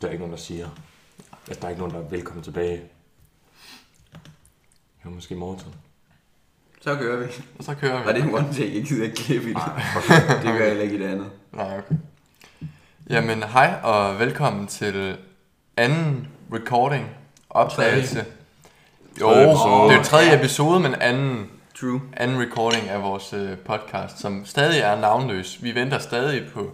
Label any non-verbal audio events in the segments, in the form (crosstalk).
der er ikke nogen, der siger. Altså, der er ikke nogen, der er velkommen tilbage. Jo, måske Morten. Så kører vi. Og så kører vi. Og det er en one take, jeg gider ikke klippe i det. (laughs) det gør jeg heller ikke i det andet. Nej, okay. Jamen, hej og velkommen til anden recording, optagelse. Jo, Tredje episode. det er jo tredje episode, men anden, True. anden recording af vores øh, podcast, som stadig er navnløs. Vi venter stadig på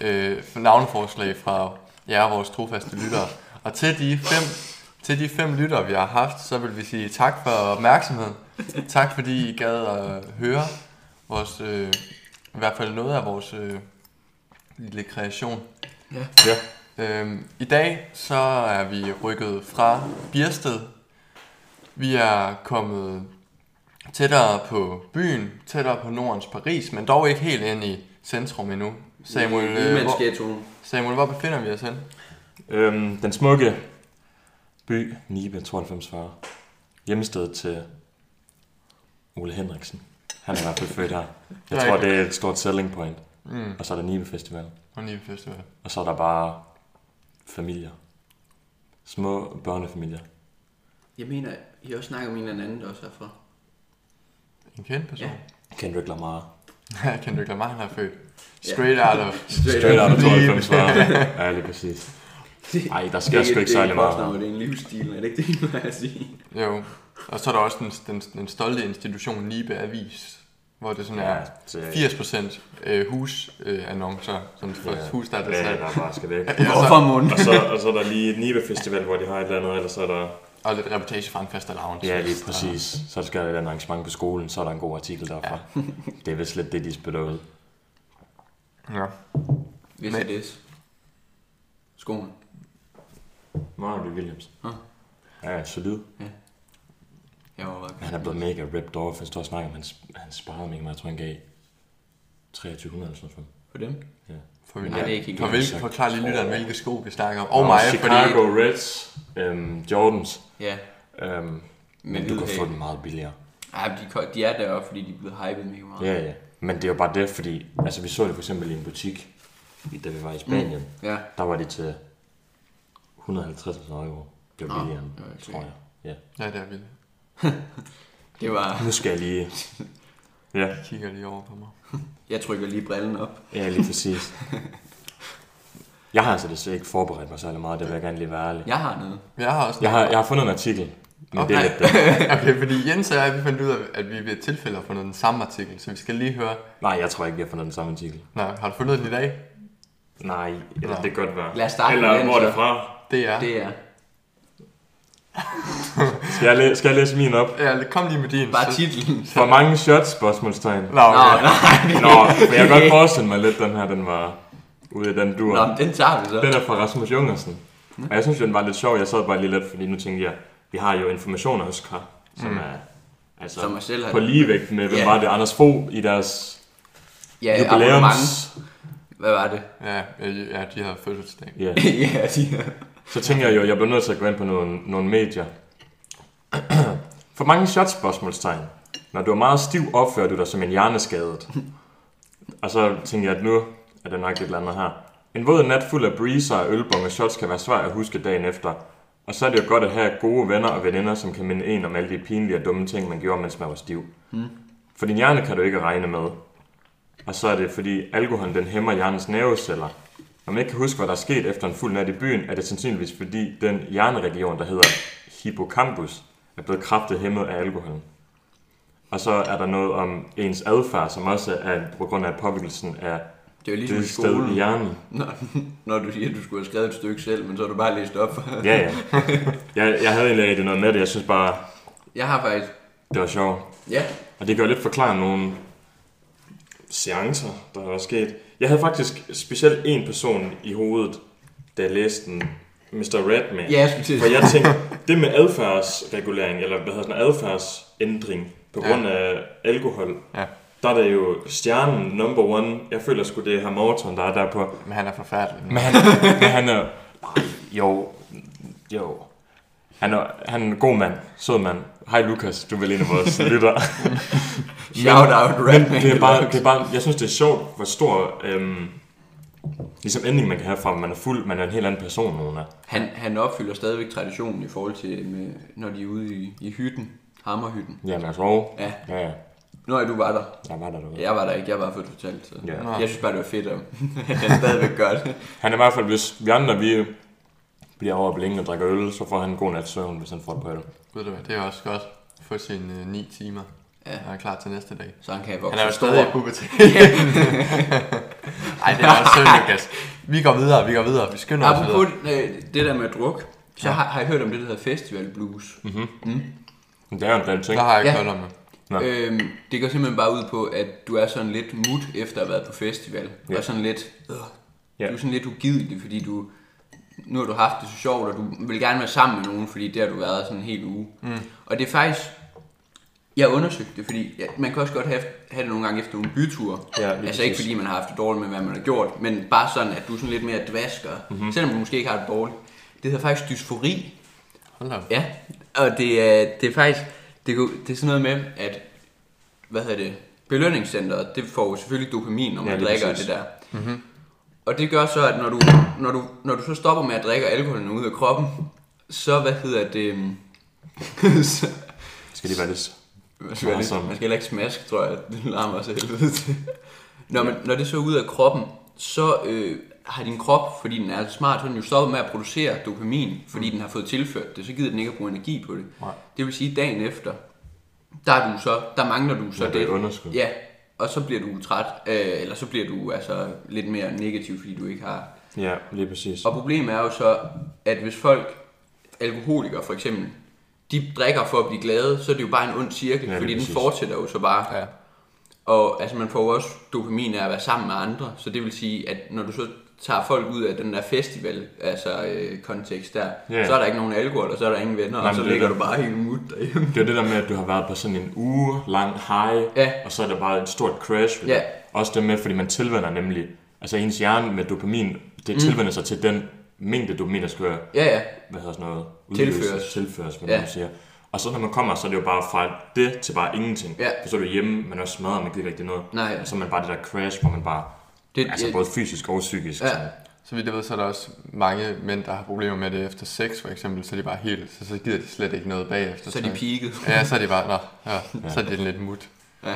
øh, navnforslag fra jer, vores trofaste lyttere. Og til de fem, til de fem lyttere, vi har haft, så vil vi sige tak for opmærksomheden. Tak fordi I gad at høre vores, øh, i hvert fald noget af vores øh, lille kreation. Ja. Øhm, I dag så er vi rykket fra Biersted. Vi er kommet tættere på byen, tættere på Nordens Paris, men dog ikke helt ind i centrum endnu. Samuel, Mm, øh, hvor, Nymandsghettoen. Samuel hvor befinder vi os hen? Øhm, den smukke by, Nibe 92 far. Hjemmested til Ole Henriksen. Han er i hvert fald født her. Jeg Nej. tror, det er et stort selling point. Mm, Og så er der Nibe Festival. og Nibe Festival. Og så er der bare familier. Små børnefamilier. Jeg mener, I har også snakket om en eller anden, der også er fra. En kendt person. (laughs) Kendrick Lamar. Ja. Kendrick Lamar, han er født. Straight out of... (laughs) Straight out of Nibe. 92 far. Ja, lige (laughs) præcis. Ej, der sker sgu ikke særlig meget. Det er en livsstil, er det ikke det, man kan sige? Jo. Og så er der også den, den, den stolte institution Nibe Avis, hvor det sådan er til- 80% øh, husannoncer, øh, sådan for Ja. ja. hus, der er (laughs) Ja, det der bare skal væk. Ja, så- Hvorfor (laughs) mund? og, så, og så er der lige et Nibe Festival, hvor de har et eller andet, eller så er der... Og lidt reportage fra en fast lounge. Ja, lige præcis. Så skal der et eller andet arrangement på skolen, så er der en god artikel derfra. Ja. det er vist lidt det, de spiller ud. Ja. Hvis Men- det er Skoen. Marvin Williams. Nå. Ja, solid. Jeg var bare... Han er blevet mega ripped off. Jeg står og snakker om, hans, hans sparede mig, jeg tror, han gav 2300 eller sådan noget. På dem? Ja. For, Nej, det er ikke helt for vildt. hvil, forklar lige lytteren, hvilke sko vi snakker om. Og mig, fordi... Chicago Reds, øhm, Jordans. Ja. Øhm, Med men du kan hvid få hage. dem meget billigere. Ej, de, ko- de er deroppe, fordi de er blevet hypet mega meget. Ja, ja. Men det er jo bare det, fordi altså, vi så det for eksempel i en butik, da vi var i Spanien. Mm. Ja. Der var det til 150 eller sådan noget euro. Det var Nå, billigere, det var ikke tror jeg. Ja. Ja, det er vildt. Det var... Nu skal jeg lige... Ja, Jeg kigger lige over på mig. Jeg trykker lige brillen op. ja lige præcis. Jeg har altså desværre ikke forberedt mig særlig meget, det vil jeg gerne lige være ærlig. Jeg har noget. Jeg har også... Jeg har, jeg har fundet en artikel, men det er Okay. lidt det. (laughs) Okay, fordi Jens og jeg, vi fandt ud af, at vi ved et tilfælde har fundet den samme artikel, så vi skal lige høre... Nej, jeg tror ikke, jeg har fundet den samme artikel. Nej, har du fundet den i dag? Nej, eller det kan godt være. Lad os starte Eller, med den, hvor er det så. fra? Det er... Det er... Skal jeg, læ- skal jeg læse min op? Ja, kom lige med din. Bare så- titlen. For mange shots, spørgsmålstegn. Nå, Nå, okay. nej. Nå, (laughs) men jeg kan godt forestille mig lidt, den her, den var ude i den dur. Nå, men den tager vi så. Den er fra Rasmus Jungersen. Og jeg synes jo, den var lidt sjov. Jeg sad bare lige lidt, fordi nu tænkte jeg, vi har jo informationer hos Kar, som mm. er altså, Som jeg selv har- på ligevægt med, hvem Ja. yeah. var det, Anders Fogh i deres Ja, yeah, abonnement. jubilæums... Hvad var det? Ja, øh, ja, de havde fødselsdag. Ja. (laughs) ja, de her. Så tænker jeg jo, jeg bliver nødt til at gå ind på nogle, nogle medier. (clears throat) For mange shots spørgsmålstegn. Når du er meget stiv, opfører du dig som en hjerneskadet. Og så tænker jeg, at nu er der nok et eller andet her. En våd nat fuld af breezer og ølbong og shots kan være svær at huske dagen efter. Og så er det jo godt at have gode venner og veninder, som kan minde en om alle de pinlige og dumme ting, man gjorde, mens man var stiv. For din hjerne kan du ikke regne med. Og så er det, fordi alkoholen den hæmmer hjernens nerveceller. Når man ikke kan huske, hvad der er sket efter en fuld nat i byen, er det sandsynligvis fordi den hjerneregion, der hedder hippocampus, er blevet kraftigt hæmmet af alkoholen. Og så er der noget om ens adfærd, som også er på grund af påvirkelsen af Det var ligesom det i sted i skolen, hjernen. når, når du siger, at du skulle have skrevet et stykke selv, men så har du bare læst op. (laughs) Ja, ja. Jeg, jeg havde egentlig rigtig noget med det. Jeg synes bare, Jeg har faktisk... det var sjovt. Ja, Og det kan jo lidt forklare nogle seancer, der er sket. Jeg havde faktisk specielt en person i hovedet, da jeg læste den, Mr. Redman. ja jeg skulle til at For jeg tænkte, det med adfærdsregulering, eller hvad hedder sådan, adfærdsændring på Ja. grund af alkohol, Ja. der er det jo stjernen number one. Jeg føler sgu, det er her Morton, der er der på. Men han er forfærdelig. Men han, men han er... Ej, Jo, jo. Han er, han er en god mand, sød mand. Hej Lukas, du er vel en af (laughs) vores lytter. Shout out, Men Redman. det er bare, det er bare, jeg synes, det er sjovt, hvor stor øhm, Ligesom endning, man kan have fra, at man er fuld, man er en helt anden person, nogen er. Han, han opfylder stadigvæk traditionen i forhold til, med, når de er ude i, i hytten. Hammerhytten. Ja, Mads Rove. Ja. Ja, ja. Nå, ja, du var der. Jeg var der derude. Jeg var der ikke, jeg var fået fortalt. Så. Ja. Jeg synes bare, det var fedt, at (laughs) han stadigvæk gør det. Han er i hvert fald, hvis vi andre, vi bliver over blinken og drikker øl, så får han en god nat søvn, hvis han får det på øl. Ved du hvad, det er også godt at få sine øh, 9 timer. Ja. Og er klar til næste dag. Så han kan vokse Han er jo stor. stadig i (laughs) puberteten. Ej, det er også synd, Lukas. Vi går videre, vi går videre. Vi skynder os videre. Apropos øh, det der med druk, så har, har jeg hørt om det, der hedder festival blues. Mhm. Mm. Men det er jo en reelt ting. Der har jeg Ja. ikke hørt om det. Ja. Øhm, det går simpelthen bare ud på, at du er sådan lidt mut efter at have været på festival. Ja. Ja. Og sådan lidt, øh, Ja. du er sådan lidt ugidelig, fordi du, nu har du haft det så sjovt, og du vil gerne være sammen med nogen, fordi det har du været sådan en hel uge. Mm. Og det er faktisk, jeg undersøgte det, fordi ja, man kan også godt have, have det nogle gange efter nogle byture. Ja, lige altså præcis. ikke fordi man har haft det dårligt med, hvad man har gjort, men bare sådan, at du er sådan lidt mere dvasker, Mhm. mm-hmm. selvom du måske ikke har det dårligt. Det hedder faktisk dysfori, Hold da. op. Ja, og det er, det er faktisk, det, kunne- det er sådan noget med, at, hvad hedder det, belønningscenteret, det får jo selvfølgelig dopamin, når man Ja, ja, lige drikker præcis. Mhm. præcis. det der. Mm-hmm. Og det gør så, at når du, når, du, når du så stopper med at drikke og alkoholen er ude af kroppen, så, hvad hedder det, (laughs) mm, så, Skal de være lidt... man skal, være lidt, Awesome. man skal heller ikke smask, tror jeg, det larmer også af helvede til. Når, man, når det så er ud af kroppen, så øh, har din krop, fordi den er så smart, så er den jo stoppet med at producere dopamin, fordi mm. den har fået tilført det, så gider den ikke at bruge energi på det. Nej. Det vil sige, dagen efter, der, er du så, der mangler du så Ja, det er det. et underskud. Ja, og så bliver du træt, øh, eller så bliver du altså lidt mere negativ, fordi du ikke har Ja, lige præcis. og problemet er jo så, at hvis folk, alkoholikere for eksempel, de drikker for at blive glade, så er det jo bare en ond cirkel, Ja, ja, lige fordi den præcis. fortsætter jo så bare. Ja. Og altså, man får jo også dopamin af at være sammen med andre, så det vil sige, at når du så tager folk ud af den der festival, altså øh, kontekst der, Ja. yeah. så er der ikke nogen alkohol, og så er der ingen venner, Nej, og så men det er ligger det. du bare helt mut derhjemme. Det er jo det der med, at du har været på sådan en uge lang high, Ja. og så er der bare et stort crash. ved Ja. det. Også det med, fordi man tilvender nemlig, altså ens hjerne med dopamin, Mm. det tilvender sig til den mængde dopamin, der skal, Ja, ja. hvad hedder sådan noget? Tilføres. Tilføres, hvad Ja. man siger. Og så når man kommer, så er det jo bare fra det til bare ingenting. Ja. For så er du hjemme, man er også smadret, man gider ikke rigtig noget. Nej. Og så er man bare det der crash, hvor man bare, Det, altså jeg- både fysisk og psykisk. Ja. sådan. Så vidt jeg ved, så er der også mange mænd, der har problemer med det efter sex, for eksempel, så er de bare helt, så, så gider de slet ikke noget bagefter. så er de peaked. Ja, så er de bare, nå, ja, så er de lidt mut. Ja.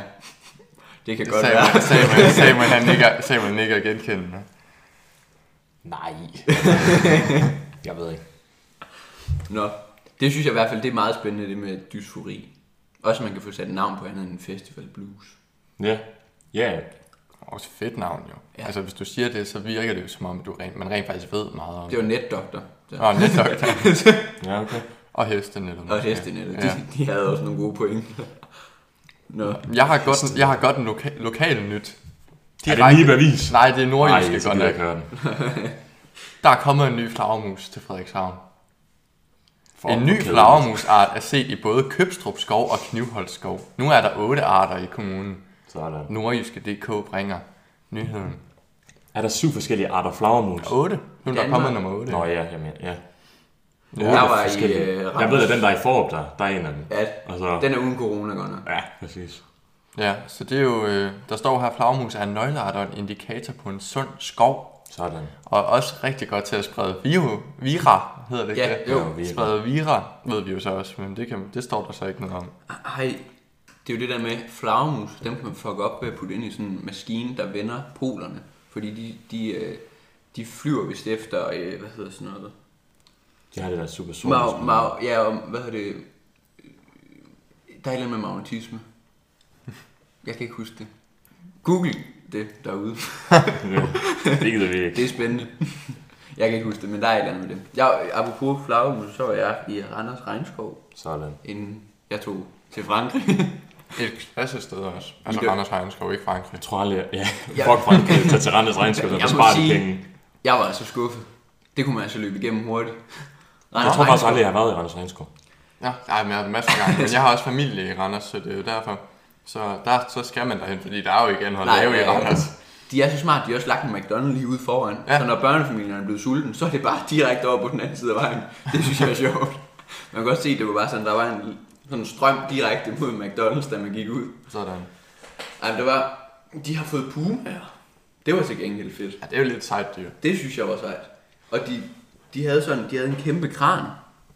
Det kan Det godt sagde være. man, sagde man, sagde man, han ikke, sagde man ikke at genkende. (laughs) Nej. jeg ved ikke. Nå, det synes jeg i hvert fald, det er meget spændende, det med dysfori. Også man kan få sat et navn på andet end festival blues. Ja. Ja. Også fedt navn jo. Ja. Altså, hvis du siger det, så virker det jo som om, du rent, man rent faktisk ved meget om Det var netdoktor. Så. Ah, Nå, netdoktor. Ja, okay. og hestenettet. Og måske. hestenetter, Ja. de, de, havde også nogle gode point. Nå, Jeg har godt, en- jeg har godt en loka- lokal nyt. Er det lige bevis? Nej, det er Nej, nordjyske jeg godt gider ikke nok. høre den. Der er kommet en ny flagermus til Frederikshavn. For en ny kedeligt. flagermusart er set i både Købstrup Skov og Knivholt Skov. Nu er der otte arter i kommunen. Sådan. Nordjyske.dk bringer nyheden. Er der syv forskellige arter flagermus? 8? Nu er der Danmark. kommet nummer 8. Nå ja, jeg mener, ja. jeg var i Forskellige. øh, jeg Randers. ved, at den Altså- der er i Forup, der, der er en af dem. Ja, Og så, den er uden corona godt nok. ja, præcis. Ja, så det er jo... Øh, der står her, flagermus er en nøgleart og en indikator på en sund skov. Sådan. Og også rigtig godt til at sprede viro, vira, hedder det ikke Ja, det? jo. Ja, vira. Sprede vira, ved vi jo så også, men det, kan, det står der så ikke noget om. Ej, det er jo det der med flagermus, dem kan man fuck op ved at putte ind i sådan en maskine, der vender polerne. Fordi de, de, øh, de flyver vist efter, øh, hvad hedder sådan noget? De har det der super sol. Mag, mag, ja, og hvad hedder det? Der er et eller andet med magnetisme. Jeg kan ikke huske det. Google det derude. det gider vi ikke. Det er spændende. Jeg kan ikke huske det, men der er et eller andet med det. Jeg, apropos flagermus, så var jeg i Randers Regnskov, Sådan. inden jeg tog til Frankrig. Et klassested også. Altså I det- Randers Regnskov, ikke Frankrig. Jeg tror aldrig, jeg- ja, Ja. fuck Frankrig, tag til Randers regnskab, så Jeg må sparer de sige- altså penge. Jeg var altså skuffet. Det kunne man altså løbe igennem hurtigt. Jeg Randers tror faktisk Regnskov. aldrig, jeg har været i Randers regnskov. Ja, ej, men jeg har været masser af gange, men jeg har også familie i Randers, så det er jo derfor. Så, der, så skal man derhen, fordi der er jo ikke andet at Nej, lave i ja, ja. Randers. De er så smart, de har også lagt en McDonald's lige ude foran. Ja. Ja. Så når børnefamilierne er blevet sultne, så er det bare direkte over på den anden side af vejen. Det synes jeg er sjovt. Man kan godt se, at det var bare sådan, der var en sådan en strøm direkte mod McDonald's, da man gik ud. Sådan. Ej, men det var, de har fået pumaer. Det var til gengæld fedt. Ja, det er jo lidt sejt dyr. Det synes jeg var sejt. Og de, de havde sådan, de havde en kæmpe kran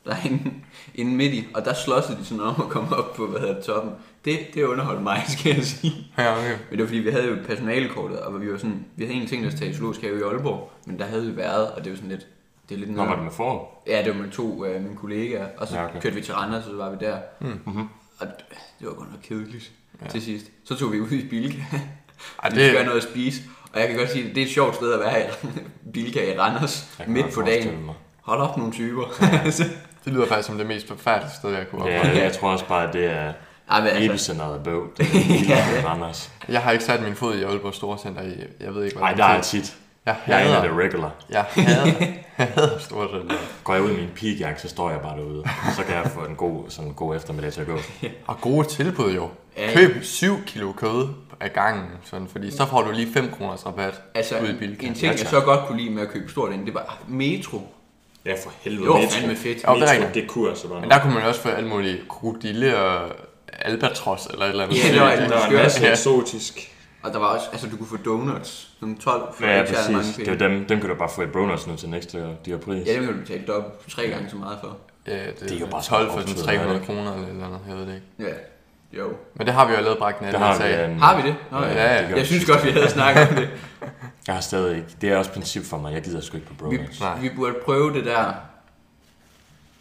derinde inde midt i, og der slåsede de sådan om at komme op på, hvad hedder det, toppen. Det, det underholdt mig, skal jeg sige. Ja, okay. Men det var fordi, vi havde jo personalekortet, og vi var sådan, vi havde egentlig tænkt os til i Zoologisk Have i Aalborg, men der havde vi været, og det var sådan lidt, det er lidt Nå, noget- var det med forår? Ja, det var med to af mine kollegaer, og så Ja, ja, okay. Mm. okay. kørte vi til Randers, og så var vi der. Mm-hmm. Og d- det var godt nok kedeligt ja. til sidst. Så tog vi ud i Bilka, Ej, (laughs) og det- det skulle have noget at spise. Og jeg kan godt sige, at det er et sjovt sted at være i (laughs) Bilka i Randers Jeg kan midt godt på forestille dagen. mig. Hold op nogle typer. (laughs) Altså, Det lyder faktisk som det mest forfærdelige sted, jeg kunne opholde. Ja, jeg tror også bare, at det er Ej, men altså, epicenteret af bøv. Det er ja. Randers. Jeg har ikke sat min fod i Aalborg Storcenter i, jeg ved ikke, hvor Ej, lang der er tid. tit. Jeg Jeg er en af hader, the regular. jeg hader, jeg hader Storcenter. Går jeg ud i min pigjakke, så står jeg bare derude. Så kan jeg få en god, sådan en god eftermiddag til at gå. Og gode tilbud jo. Ja, ja. Køb 7 kilo kød af gangen, sådan, fordi så får du lige 5 kroners rabat altså ude i en, Bilka. en Ja, ting, jeg tak. så godt kunne lide med at købe stort ind, det var metro. Ja, for helvede. Det var Metro. fandme fedt. Ja, det er Metro, rigtigt. det kunne altså bare Men noget. der kunne man jo også få alle mulige krokodille og albatros eller et eller andet. Ja, det var alt Der var en skørt. masse Ja. eksotisk. Og der var også, altså du kunne få donuts, sådan 12 for Ja, ja ikke særlig mange præcis. Det penge. er dem, dem kan du bare få i Bronuts nu til næste de her pris. Ja, det kan du betale dobbelt, tre gange så meget for. Ja, det, Det er jo bare sådan 12 for optur, sådan er 300 det? kroner eller et eller andet, jeg ved det ikke. Ja, jo. Men det har vi jo allerede bragt en Der anden har sag. vi en... Har vi det? Nå, Ja, ja. ja. det gør Jeg vi. synes godt, vi havde snakket om det. Jeg har stadig ikke. Det er også et princip for mig. Jeg gider sgu ikke på (laughs) Vi, Bronuts. Nej. vi burde prøve det der.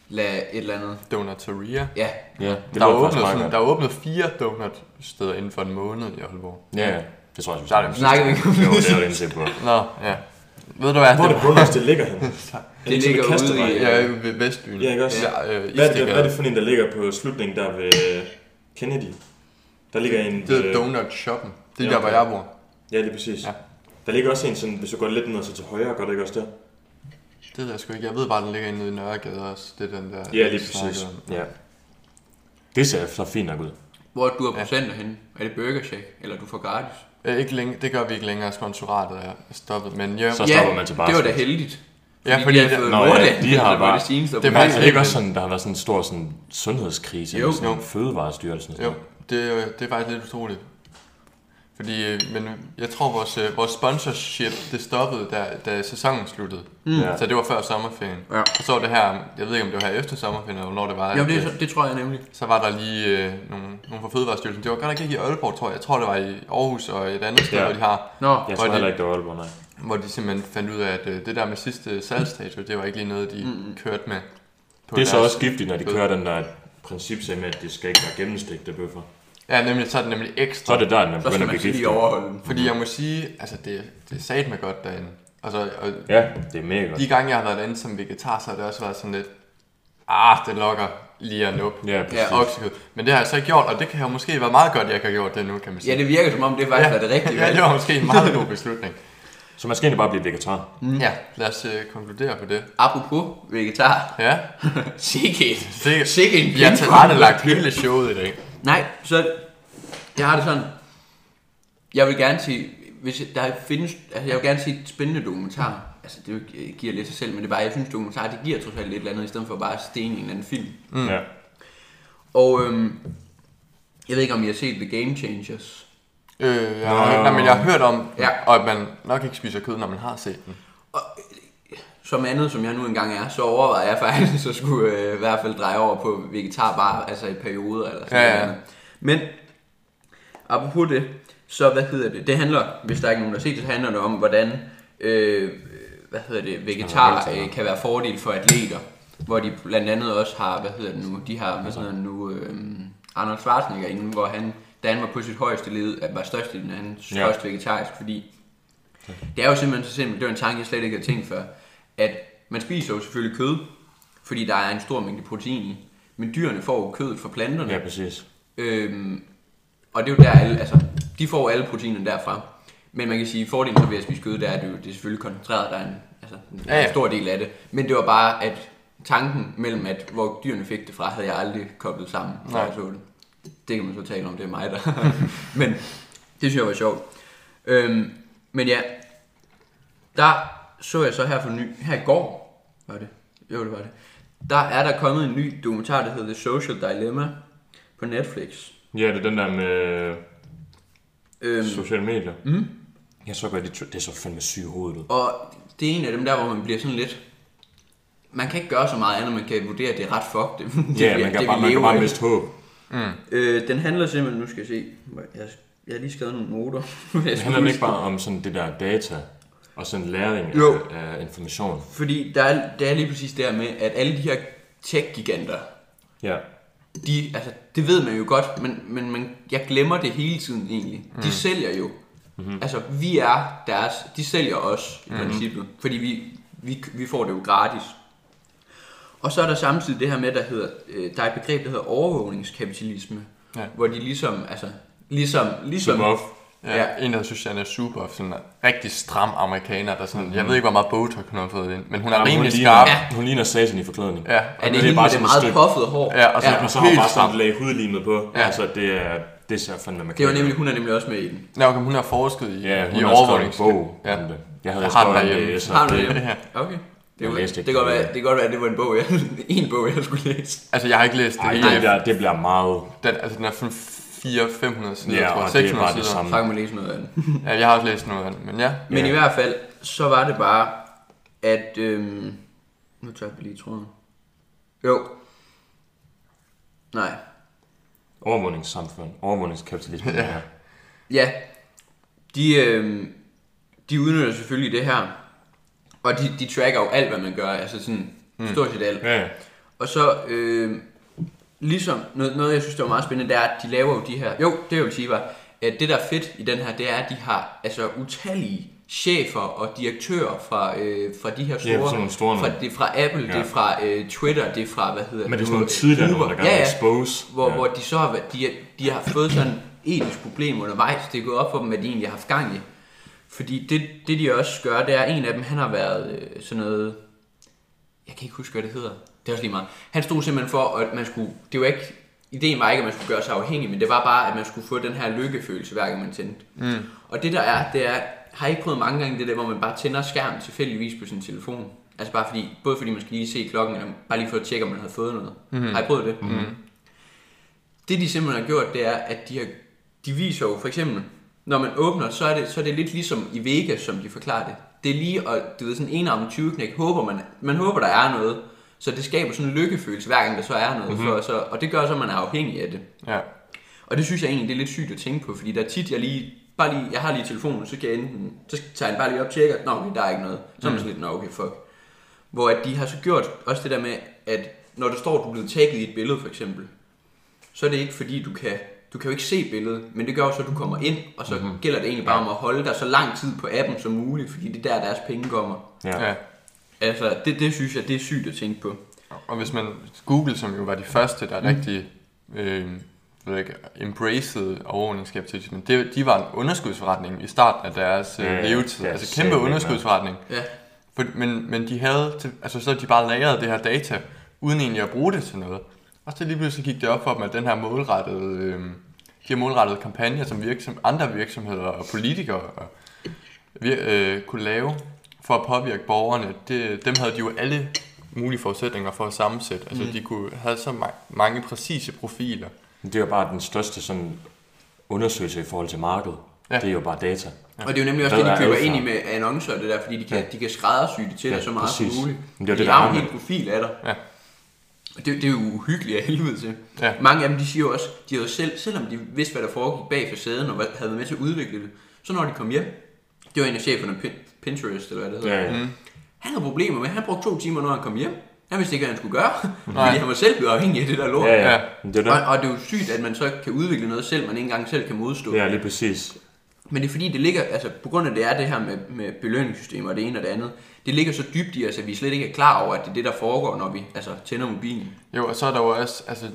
Lad et eller andet. Donatoria. Ja, Ja, det Der er, lyder faktisk åbnet meget sådan, godt. der er åbnet fire donutsteder inden for en måned i Aalborg. Ja, ja. Det tror jeg, vi Der er det. snakker vi ikke om Jo, det. det er jo det indtil på. Nå, ja. Ved du hvad? Hvor er det Bronuts, det ligger (laughs) henne? Det ligger ude i... Ja, ved Vestbyen. Ja, ikke også? Ja, Hvad øh, er, det, hvad er Istegade. det for en, der ligger på slutningen der ved øh, Kennedy? Der ligger en... Det øh, er donut shoppen. Det er Ja, der, hvor okay. jeg bor. Ja, lige præcis. Ja. Der ligger også en sådan, hvis du går lidt ned så til højre, gør det ikke også der? Det ved jeg sgu ikke. Jeg ved bare, den ligger inde i Nørregade også. Det er den der... Ja, lige vi snakkede præcis. om. Ja. Det ser så fint nok ud. Hvor du har procenter henne. Er det Burger Shack? Eller du får gratis? Øh, ikke længe, det gør vi ikke længere. Sponsoratet er stoppet. Men ja, Så- stopper man til det basket. var da heldigt. Ja, fordi de har det- fået Nå, ja, Nordland, de har altså, hvor bare- Det, seneste Det er det Men faktisk- er det ikke også sådan, der har været sådan en stor sådan, sundhedskrise? Jo. med sådan Jo. Fødevarestyrelsen og sådan jo, noget? det, er- det er faktisk lidt utroligt. Fordi, øh, men jeg tror, vores, øh, vores sponsorship, det stoppede, da, da sæsonen sluttede. Mm. Ja. Så det var før sommerferien. Ja. Og så var det her, jeg ved ikke, om det var her efter sommerferien, eller hvornår det var. Jo, det, at, er så- det tror jeg nemlig. Så var der lige øh, nogle, nogle fra Fødevarestyrelsen. Det var godt nok ikke i Aalborg, tror jeg. Jeg tror, det var i Aarhus og et andet sted, Ja. ja. hvor de har. Nå, Jeg Hvor tror de- heller ikke, det var Aalborg, nej. Hvor de simpelthen fandt ud af, at øh, det der med sidste salgsdato, det var ikke lige noget, de mm. kørte med. På Det er så deres- også giftigt, når de kører den der princip sag med, at det skal ikke være gennemstegte bøffer. Ja, nemlig, så er det nemlig ekstra. Så er det der, den begynder så skal at man blive lige giftig. overholde dem. Fordi jeg må sige, altså det, det er sat med godt derinde. Altså, og Ja, det er mega godt. de gange, jeg har været derinde som vegetar, så har det også været sådan lidt, ah, det lokker lige at nup. Ja, præcis. Ja, oksekød. Men det har jeg så ikke gjort, og det kan jo måske være meget godt, at jeg ikke har gjort det nu, kan man Ja, sige. det virker som om, det faktisk var det rigtige ja, valg. det var måske en meget (laughs) god beslutning. Så man skal egentlig bare blive vegetar. Mm. Ja, lad os øh, konkludere på det. Apropos vegetar. (laughs) Ja, Sikke en. sikkert. Sikke en. Vi har pindfond. tilrettelagt hele showet i dag. Nej, så jeg har det sådan. Jeg vil gerne sige, hvis der findes, altså jeg vil gerne sige et spændende dokumentar. Altså det er jo ikke- øh, giver lidt sig selv, men det er bare, jeg synes dokumentar, det giver trods alt et eller andet, i stedet for bare at stene en eller anden film. Mm. Ja. Og øhm, jeg ved ikke, om I har set The Game Changers. Øh, jeg, har, nej, men jeg har hørt om, Ja. og at man nok ikke spiser kød, når man har set den. Som andet, som jeg nu engang er, så overvejede jeg faktisk, (laughs) at skulle øh, i hvert fald dreje over på vegetarbar, altså i perioder eller sådan Ja, ja. noget. Men apropos det, så hvad hedder det? Det handler, hvis der ikke er nogen, der har set det, så handler det om, hvordan øh, hvad hedder det, vegetar Ja, øh, kan være fordel for atleter. Hvor de blandt andet også har, hvad hedder det nu, de har, hvad hedder det nu, øh, Arnold Schwarzenegger inden, hvor han, da han var på sit højeste led, at var størst i den anden, Ja. ja. vegetarisk, fordi det er jo simpelthen så simpelt, det var en tanke, jeg slet ikke havde tænkt før, at man spiser jo selvfølgelig kød, fordi der er en stor mængde protein i, men dyrene får jo kødet fra planterne. ja, præcis. Øhm, og det er jo der alle, altså, de får alle proteinerne derfra. Men man kan sige, at fordelen så ved at spise kød, det er, at det, jo- det er selvfølgelig koncentreret, der er en, altså, en Ja, ja, ja. ja. stor del af det. Men det var bare, at tanken mellem, at hvor dyrene fik det fra, havde jeg aldrig koblet sammen, før Nej. jeg så det. Det kan man så tale om, det er mig, der... (laughs) men det synes jeg var sjovt. Øhm, men ja, der så jeg så her for ny, her i går, var det? Jo, det var det. Der er der kommet en ny dokumentar, der hedder The Social Dilemma på Netflix. Ja, det er den der med Øhm, Mm. sociale medier. Jeg så godt, de tr- det er så fandme syge hovedet ud. Og det er en af dem der, hvor man bliver sådan lidt... Man kan ikke gøre så meget andet, man kan vurdere, at det er ret fucked. (laughs) Det, det, Ja, vi- man kan, det, bare, vi man kan lever bare i. miste håb. Øh, den handler simpelthen... Nu skal jeg se. Jeg, jeg har lige skrevet nogle noter. (laughs) jeg Det handler den ikke bare om sådan det der data og sådan læring Jo. af, af, information. Fordi der er, der er lige præcis det her med, at alle de her tech-giganter, Ja. de, altså, det ved man jo godt, men, men man, jeg glemmer det hele tiden egentlig. De sælger jo. Mm-hmm. Altså, vi er deres, de sælger os i mm-hmm. princippet, fordi vi, vi, vi får det jo gratis. Og så er der samtidig det her med, der hedder, øh, der er et begreb, der hedder overvågningskapitalisme, Ja. hvor de ligesom, altså, ligesom, ligesom, Som off. Ja, Ja. ja. En, der synes, han er super, sådan en rigtig stram amerikaner, der sådan, mm. jeg ved ikke, hvor meget Botox hun har fået ind, men hun er ja, Mhm. Hun rimelig ligner, skarp. Ja. Ja. hun ligner satan i forklædning. ja. er det, er det bare er bare det sådan et meget stykke- puffet hår. Ja, og så- Og så har hun Helt bare sådan stram. et lag hudlimet på. Ja. Ja. Altså, det er, det ser fandme med Det var nemlig, hun er nemlig også med i den. Nå, okay, hun har forsket i, Ja, hun har i skrevet en overvågning. bog Ja. om det. Jeg havde Jeg har den skrevet om derhjemme. det, så Har du det- det? Okay. Det, Jeg var, læste det, ikke kan godt det. være, det kan godt være, at det var en bog, jeg, (laughs) en bog, jeg skulle læse. Altså, jeg har ikke læst det. Ej, hele. det, bliver, det bliver meget... den, altså, den er sådan 400-500 sider, Ja, ja, tror og jeg, det er 600 bare det sider. samme. Så kan man læse noget andet. Ja, jeg har også læst noget af den, men ja. Men Ja. i hvert fald, så var det bare, at... Øhm, nu tager jeg lige tråden. Jo. Nej. Overvågningssamfund. Overvågningskapitalisme. ja. Ja. De, øhm, de udnytter selvfølgelig det her. Og de, de tracker jo alt, hvad man gør. Altså sådan, stort set alt. Mm. ja. Og så, øh, ligesom noget, noget, jeg synes, der var meget spændende, det er, at de laver jo de her... Jo, det jeg vil sige var, at det, der er fedt i den her, det er, at de har altså utallige chefer og direktører fra, øh, fra de her store... Ja, sådan nogle store fra, nogle. det er fra Apple, ja. det Ja. er fra øh, Twitter, det er fra, hvad hedder Men det er nu, sådan nogle øh, tidligere nogen, der Uber. gerne vil expose. Hvor, Ja. hvor de så har, været- de, har- de har fået sådan etisk problem undervejs. Det er gået op for dem, hvad de egentlig har haft gang i. Fordi det, det de også gør, det er, en af dem, han har været øh, sådan noget... Jeg kan ikke huske, hvad det hedder. Det er også lige meget. Han stod simpelthen for, at man skulle... Det var ikke... Ideen var ikke, at man skulle gøre sig afhængig, men det var bare, at man skulle få den her lykkefølelse, hver gang man tændte. Mm. Og det der er, det er... Har I ikke prøvet mange gange det der, hvor man bare tænder skærmen tilfældigvis på sin telefon? Altså bare fordi, både fordi man skal lige se klokken, eller bare lige for at tjekke, om man havde fået noget. Mm. Har I prøvet det? Mm. Det de simpelthen har gjort, det er, at de, har, de viser jo for eksempel, når man åbner, så er, det, så er det lidt ligesom i Vegas, som de forklarer det. Det er lige, og du ved, sådan en arm 20 knæk, håber man, man håber, der er noget. Så det skaber sådan en lykkefølelse, hver gang der så er noget. Mm-hmm. For, så, og det gør så, at man er afhængig af det. Ja. Og det synes jeg egentlig, det er lidt sygt at tænke på, fordi der er tit, jeg lige, bare lige, jeg har lige telefonen, så kan jeg enten, så tager jeg den bare lige op og tjekker, nå, okay, der er ikke noget. Så er man sådan lidt, nå, okay, fuck. Hvor at de har så gjort også det der med, at når der står, at du er blevet tagget i et billede, for eksempel, så er det ikke fordi, du kan, du kan jo ikke se billedet, men det gør jo så, at du kommer ind, og så mm-hmm. gælder det egentlig bare om at holde dig så lang tid på appen som muligt, fordi det er der, deres penge kommer. ja. ja. ja. Altså, det, det synes jeg, det er sygt at tænke på. Og hvis man, Google, som jo var de første, Mm. der rigtig øh, ved jeg ikke, embraced overvågningskapitalismen, det, de var en underskudsforretning i starten af deres Ja, ja. øh, levetid. Ja, altså satme, kæmpe ja. underskudsforretning. Ja. For, men, men de havde, til, altså så havde de bare lagret det her data, uden egentlig at bruge det til noget. Og så lige pludselig gik det op for dem, at den her målrettede, øh, de her målrettede kampagner, som virksom, andre virksomheder og politikere og, vir, øh, kunne lave for at påvirke borgerne, det, dem havde de jo alle mulige forudsætninger for at sammensætte. Altså de kunne have så ma- mange præcise profiler. Men Det er jo bare den største sådan undersøgelse i forhold til markedet. Ja. Ja. Det er jo bare data. Og det er jo nemlig også Hvad det, de er køber alfa? ind i med annoncer og det der, fordi de kan, ja. de kan skræddersy det til Ja, dig så meget præcis. som muligt. Men det er jo de det, der har er jo en med- helt profil af dig. Ja. Og det, det er jo uhyggeligt af helvede til. Ja. Mange af dem, de siger jo også, de havde selv, selvom de vidste, hvad der foregik bag facaden og hvad- havde været med til at udvikle det, så når de kom hjem, det var en af cheferne, Pin- Pinterest eller hvad det hedder, Ja, ja. Mm. han havde problemer med, han brugte to timer, når han kom hjem. Han vidste ikke, hvad han skulle (laughs) gøre, fordi han var selv blevet afhængig af det der lort. ja, ja. Ja. Men Det er Og, det. og det er jo sygt, at man så kan udvikle noget selv, man ikke engang selv kan modstå. Ja, lige præcis. Men det er fordi, det ligger, altså på grund af det er det her med, med belønningssystemer og det ene og det andet, det ligger så dybt i os, at vi slet ikke er klar over, at det er det, der foregår, når vi altså, tænder mobilen. Jo, og så er der jo også, altså,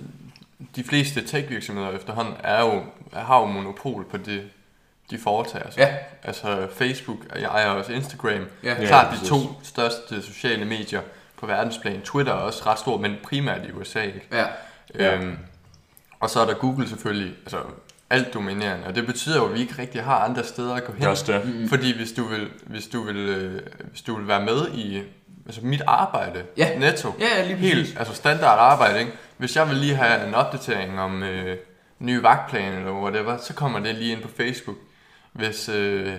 de fleste tech-virksomheder efterhånden er jo, har jo monopol på det, de foretager sig. Ja. Altså Facebook, og jeg ejer også Instagram. Ja. Ja, Klart de præcis. to største sociale medier på verdensplan. Twitter er også ret stor, men primært i USA. Ikke? Ja, Ja. Øhm, og så er der Google selvfølgelig, altså alt dominerende, og det betyder jo, at vi ikke rigtig har andre steder at gå hen. Det er også det. Fordi hvis du vil, hvis du vil, øh, hvis du vil være med i altså mit arbejde, Ja. netto, Ja, ja, lige præcis. helt, altså standard arbejde, ikke? hvis jeg vil lige have en opdatering om øh, ny vagtplan eller whatever, så kommer det lige ind på Facebook. Hvis, øh,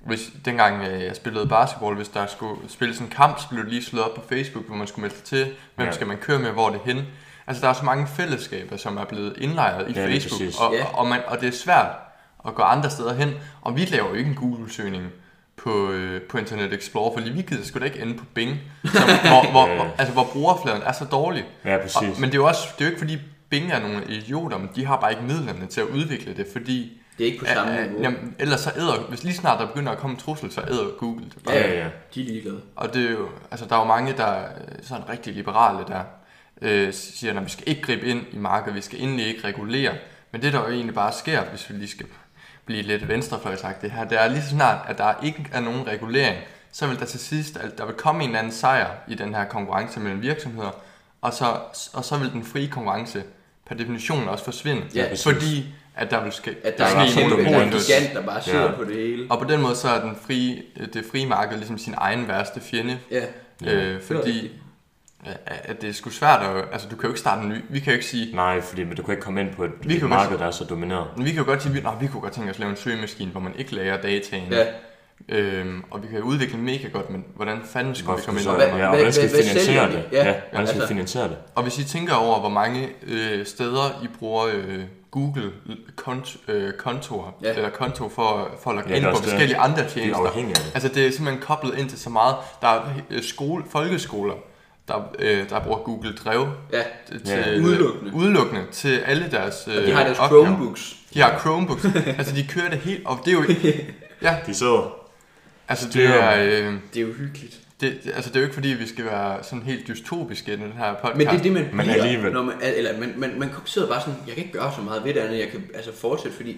hvis, dengang øh, jeg spillede basketball, hvis der skulle spilles en kamp, så blev det lige slået op på Facebook, hvor man skulle melde sig til, hvem Ja. ja. skal man køre med, hvor er det hen. Altså, der er så mange fællesskaber, som er blevet indlejret i Ja, lige Facebook, præcis. og, Ja. og, man, og det er svært at gå andre steder hen. Og vi laver jo ikke en Google-søgning på, øh, på Internet Explorer, fordi vi gider sgu da ikke ende på Bing, (laughs) som, hvor, hvor, Ja, ja. hvor, altså, hvor brugerfladen er så dårlig. Ja, præcis. Og, men det er jo også det er jo ikke fordi Bing er nogle idioter, men de har bare ikke midlerne til at udvikle det, fordi Det er ikke på samme øh, niveau. jamen, ellers så æder, hvis lige snart der begynder at komme en trussel, så æder Google det bare. Ja, ja, ja. De er ligeglade. Og det er jo, altså, der er jo mange, der er øh, sådan rigtig liberale, der øh, siger, at vi skal ikke gribe ind i markedet, vi skal endelig ikke regulere. Men det, der jo egentlig bare sker, hvis vi lige skal blive lidt venstrefløjsagtige her, det er lige så snart, at der ikke er nogen regulering, så vil der til sidst, at der vil komme en eller anden sejr i den her konkurrence mellem virksomheder, og så, og så vil den frie konkurrence per definition også forsvinde, Ja, præcis. fordi at der vil ske, At der Der er er en sådan kæmpe, monopol. der er en gigant, der bare sidder Ja. på det hele. og på den måde så er den frie, det frie marked ligesom sin egen værste fjende, Ja. Øh, Det er fordi rigtigt. at- at det er sgu svært at, altså du kan jo ikke starte en ny, vi kan jo ikke sige, Nej, fordi men du kan ikke komme ind på et, Vi et kan marked, der er så domineret. men vi kan jo godt sige, vi, nej, vi kunne godt tænke os at lave en søgemaskine, hvor man ikke lagrer dataen, Ja. øhm, og vi kan jo udvikle mega godt, men hvordan fanden skal vi Hvorfor komme ind så? over Hvad- Ja, og hvordan skal vi hvad- hvad finansiere sælger det? de? Ja, Ja, hvordan skal vi altså- finansiere det? Og hvis I tænker over, hvor mange øh, steder I bruger øh, Google kont, øh, kontor, Ja, ja. eller konto for, for at Ja, logge ja, det er ind på også det. forskellige andre Vi er tjenester, afhængige af det. Altså det er simpelthen koblet ind til så meget. Der er øh, skole, folkeskoler, der, øh, der bruger Google Drive Ja. til, Ja. Udelukkende. udelukkende til alle deres øh, De har deres opgaver. Chromebooks. De har Chromebooks. (laughs) altså de kører det helt, og det er jo (laughs) ikke, ja, De sidder. altså det Styrer. er, øh, Det er jo hyggeligt. det, det- altså det er jo ikke fordi vi skal være sådan helt dystopiske i den her podcast. Men det er det, man Men bliver, alligevel. Når man, eller man, man, man sidder bare sådan, jeg kan ikke gøre så meget ved det andet, jeg kan altså fortsætte, fordi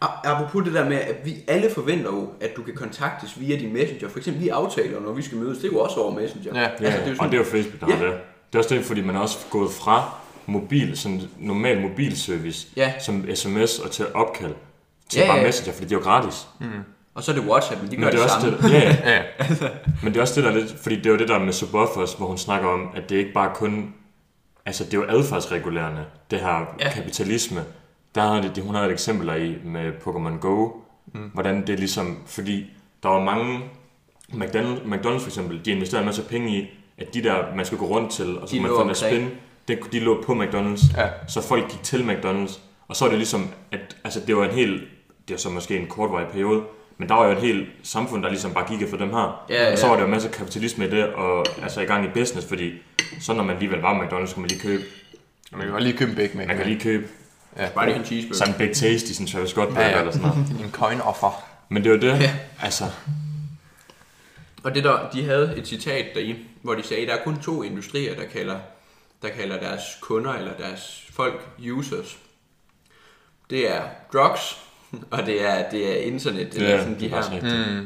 a- apropos det der med, at vi alle forventer jo, at du kan kontaktes via din messenger. For eksempel vi aftaler, når vi skal mødes, det er jo også over messenger. Ja. Ja, altså, det og det er jo Facebook, der har Ja. det. Det er også det, fordi man er også gået fra mobil, sådan normal mobilservice, Ja. som sms og til opkald, til Ja, bare ja. Messenger, fordi det er jo gratis. Og så er det WhatsApp, men de gør Men det, det, er også samme. det, ja, ja. Ja, Men det er også det, der er lidt, fordi det er jo det der med Subwoofers, hvor hun snakker om, at det ikke bare kun, altså det er jo adfærdsregulerende, det her ja. Ja. kapitalisme. Der havde det, hun havde et eksempel der i med Pokémon Go, mm. hvordan det ligesom, fordi der var mange, McDonald's, McDonald's for eksempel, de investerede en masse penge i, at de der, man skulle gå rundt til, og så De kunne man lå få en omkring. spin, det, de lå på McDonald's, Ja. så folk gik til McDonald's, og så er det ligesom, at altså det var en helt, det var så måske en kortvarig periode, men der var jo et helt samfund, der ligesom bare gik efter dem her. Ja, og så ja. var der jo masser af kapitalisme i det, og altså i gang i business, fordi så når man alligevel var på McDonald's, kunne man lige købe, man kan godt lige købe en Big Mac. man kan lige købe Bare lige en cheeseburger. sådan en Big Tasty, sådan en Travis Scott burger Ja, ja. eller sådan noget. en coin offer. Men det var det, Ja. altså, Og det der, de havde et citat deri, hvor de sagde, der er kun to industrier, der kalder, der kalder deres kunder eller deres folk users. Det er drugs, (laughs) og det er, det er internet, det, ja, er sådan de det er her. faktisk rigtigt.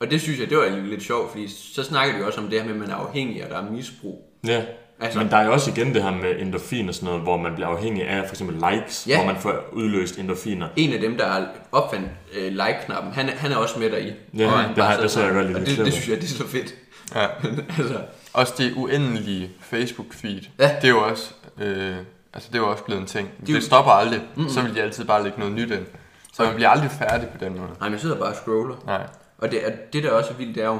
Og det synes jeg, det var egentlig lidt sjovt, fordi så snakker de jo også om det her med, at man er afhængig, og der er misbrug. Ja. Altså, Altså- men der er jo også igen det her med endorfin og sådan noget, hvor man bliver afhængig af for eksempel likes, Ja. hvor man får udløst endorfiner. En af dem, der opfandt øh, like-knappen, han, er- han er også med deri. Ja, Og han det bare har- sidder det så jeg sådan, godt lidt og det, eksempel. det, synes jeg, det er så fedt. (laughs) Ja. altså, Også det uendelige Facebook-feed, Ja. det er jo også, øh, altså det er jo også blevet en ting. jo- Det stopper aldrig, mm-hmm. så vil de altid bare lægge noget nyt ind. Så man bliver aldrig færdig på den måde. nej, men jeg sidder bare og scroller. Nej. Og det, er, det der også er vildt, det er jo,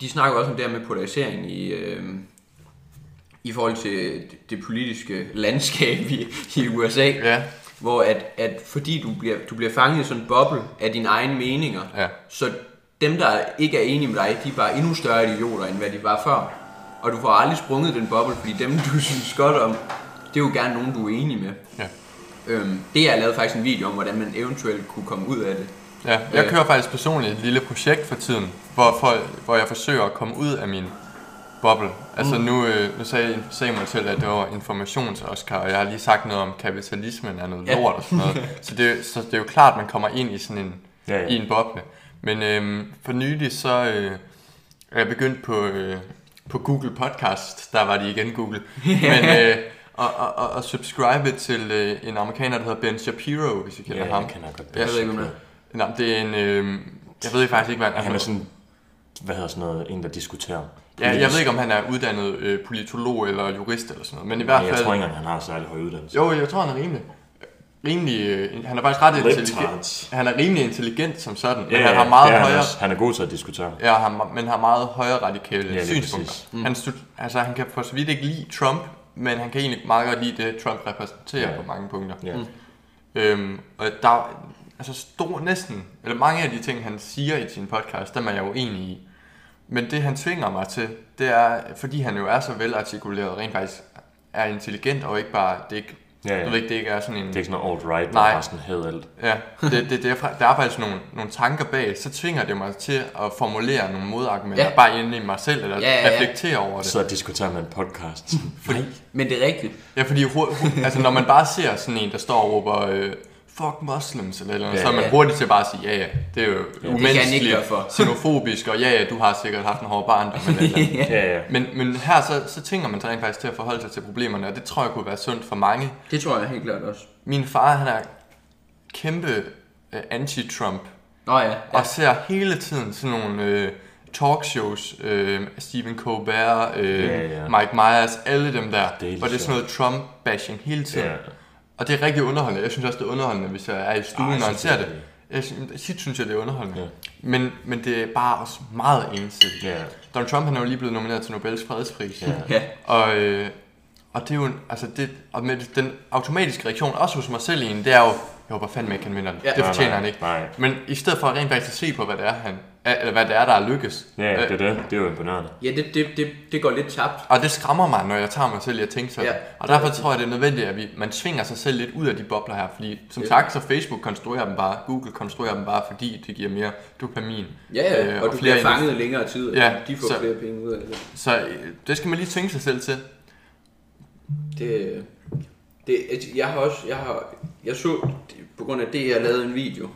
de snakker også om det her med polarisering i, øh, i forhold til det politiske landskab i, i USA. Ja. Hvor at, at fordi du bliver, du bliver fanget i sådan en boble af dine egne meninger, Ja. så dem, der ikke er enige med dig, de er bare endnu større idioter, end hvad de var før. Og du får aldrig sprunget den boble, fordi dem, (laughs) du synes godt om, det er jo gerne nogen, du er enig med. Ja. Øhm, det jeg lavede faktisk en video om, hvordan man eventuelt kunne komme ud af det. Ja, jeg Øh. kører faktisk personligt et lille projekt for tiden, hvor, for, hvor jeg forsøger at komme ud af min boble. Altså mm. nu, øh, nu sagde Samuel selv, at det var informations-Oscar, og jeg har lige sagt noget om, kapitalismen er noget Ja. lort og sådan noget. Så det, så det er jo klart, at man kommer ind i sådan en, Ja, ja, ja. ja. I en boble. Men øh, for nylig så øh, er jeg begyndt på, øh, på Google Podcast, der var de igen Google, men, øh, og, og, og, og subscribe til øh, en amerikaner, der hedder Ben Shapiro, hvis I kender Ja, ham. jeg kender godt Ja. Jeg ved ikke, hvad Nå, det er en... Øh, jeg ved faktisk ikke, hvad han er. Han er sådan, hvad hedder sådan noget, en der diskuterer. ja, jeg ved ikke, om han er uddannet øh, politolog eller jurist eller sådan noget. Men i hvert Men fald... jeg tror ikke engang, han har særlig høj uddannelse. Jo, jeg tror, han er rimelig. rimelig... Øh, han er faktisk ret intelligent. Reptards. Han er rimelig intelligent som sådan, men Ja, han ja, har meget det er han højere... Mm. også. Han er god til at diskutere. Ja, han, men har meget højere radikale Ja, ja, lige synspunkter. præcis. Mm. Han, stud, altså, han kan for så vidt ikke lide Trump, men han kan egentlig meget godt lide det, Trump repræsenterer Ja. ja. på mange punkter. Ja. Mm. Øhm, og der altså stor næsten, eller mange af de ting, han siger i sin podcast, dem er jeg jo enig i. Men det, han tvinger mig til, det er, fordi han jo er så velartikuleret, rent faktisk er intelligent, og ikke bare, det er ikke, Ja, ja. Du ved ikke, det ikke er sådan en... Det er ikke sådan noget alt-right, hvor Nej. bare sådan havde alt. Ja, det, det, det er, fra- der er faktisk nogle, nogle tanker bag, så tvinger det mig til at formulere nogle modargumenter, Ja. ja. bare inde i mig selv, eller Ja, ja, ja. reflektere over det. Så diskuterer man en (laughs) podcast. Fordi... Men det er rigtigt. Ja, fordi hu- hu- altså, når man bare ser sådan en, der står og råber, øh, fuck muslims, eller, et eller andet, Ja, ja, så er man ja. hurtigt til bare at sige, ja, ja, det er jo ja, kan han ikke umenneskeligt, gøre for. xenofobisk, og ja, ja, du har sikkert haft en hård barndom. Eller, et (laughs) eller andet. Ja, ja. men, men her, så, så tænker man sig rent faktisk til at forholde sig til problemerne, og det tror jeg kunne være sundt for mange. Det tror jeg helt klart også. Min far, han er kæmpe øh, anti-Trump, Nå ja, ja. og ser hele tiden sådan nogle øh, talkshows, øh, Stephen Colbert, øh, Ja, ja. Mike Myers, alle dem der, Det er helt hvor det er sådan noget Trump-bashing hele tiden. Ja. Og det er rigtig underholdende. Jeg synes også, det er underholdende, hvis jeg er i Ej, stuen, og jeg synes jeg ser det. det er. Jeg synes, tit synes jeg, det er underholdende. Ja. Ja. Men, men det er bare også meget ensidigt. Ja. Donald Trump han er jo lige blevet nomineret til Nobels fredspris. Ja. ja. Og, øh, og det er jo en, altså det, og med den automatiske reaktion, også hos mig selv i en, det er jo, jeg håber fandme ikke, han vinder den. Ja. Ja. Det Nej, fortjener nej, han ikke. nej. Men i stedet for rent faktisk at se på, hvad det er, han, øh, eller hvad det er, der er lykkes. Ja, øh, det er det. Det er jo imponerende. Ja, det, det, det, det går lidt tabt. Og det skræmmer mig, når jeg tager mig selv i at tænke sådan. Ja. Ja. Og derfor tror jeg, det er nødvendigt, at vi, man tvinger sig selv lidt ud af de bobler her. Fordi som sagt, så Facebook konstruerer dem bare, Google konstruerer dem bare, fordi det giver mere dopamin. Øh, Ja, ja, Øh, og, og du bliver industri- fanget længere tid, og Ja, de får så- flere penge ud af det. Så øh, det skal man lige tvinge sig selv til. Det, det, altså, jeg har også, jeg har, jeg så, på grund af det, jeg lavede en video,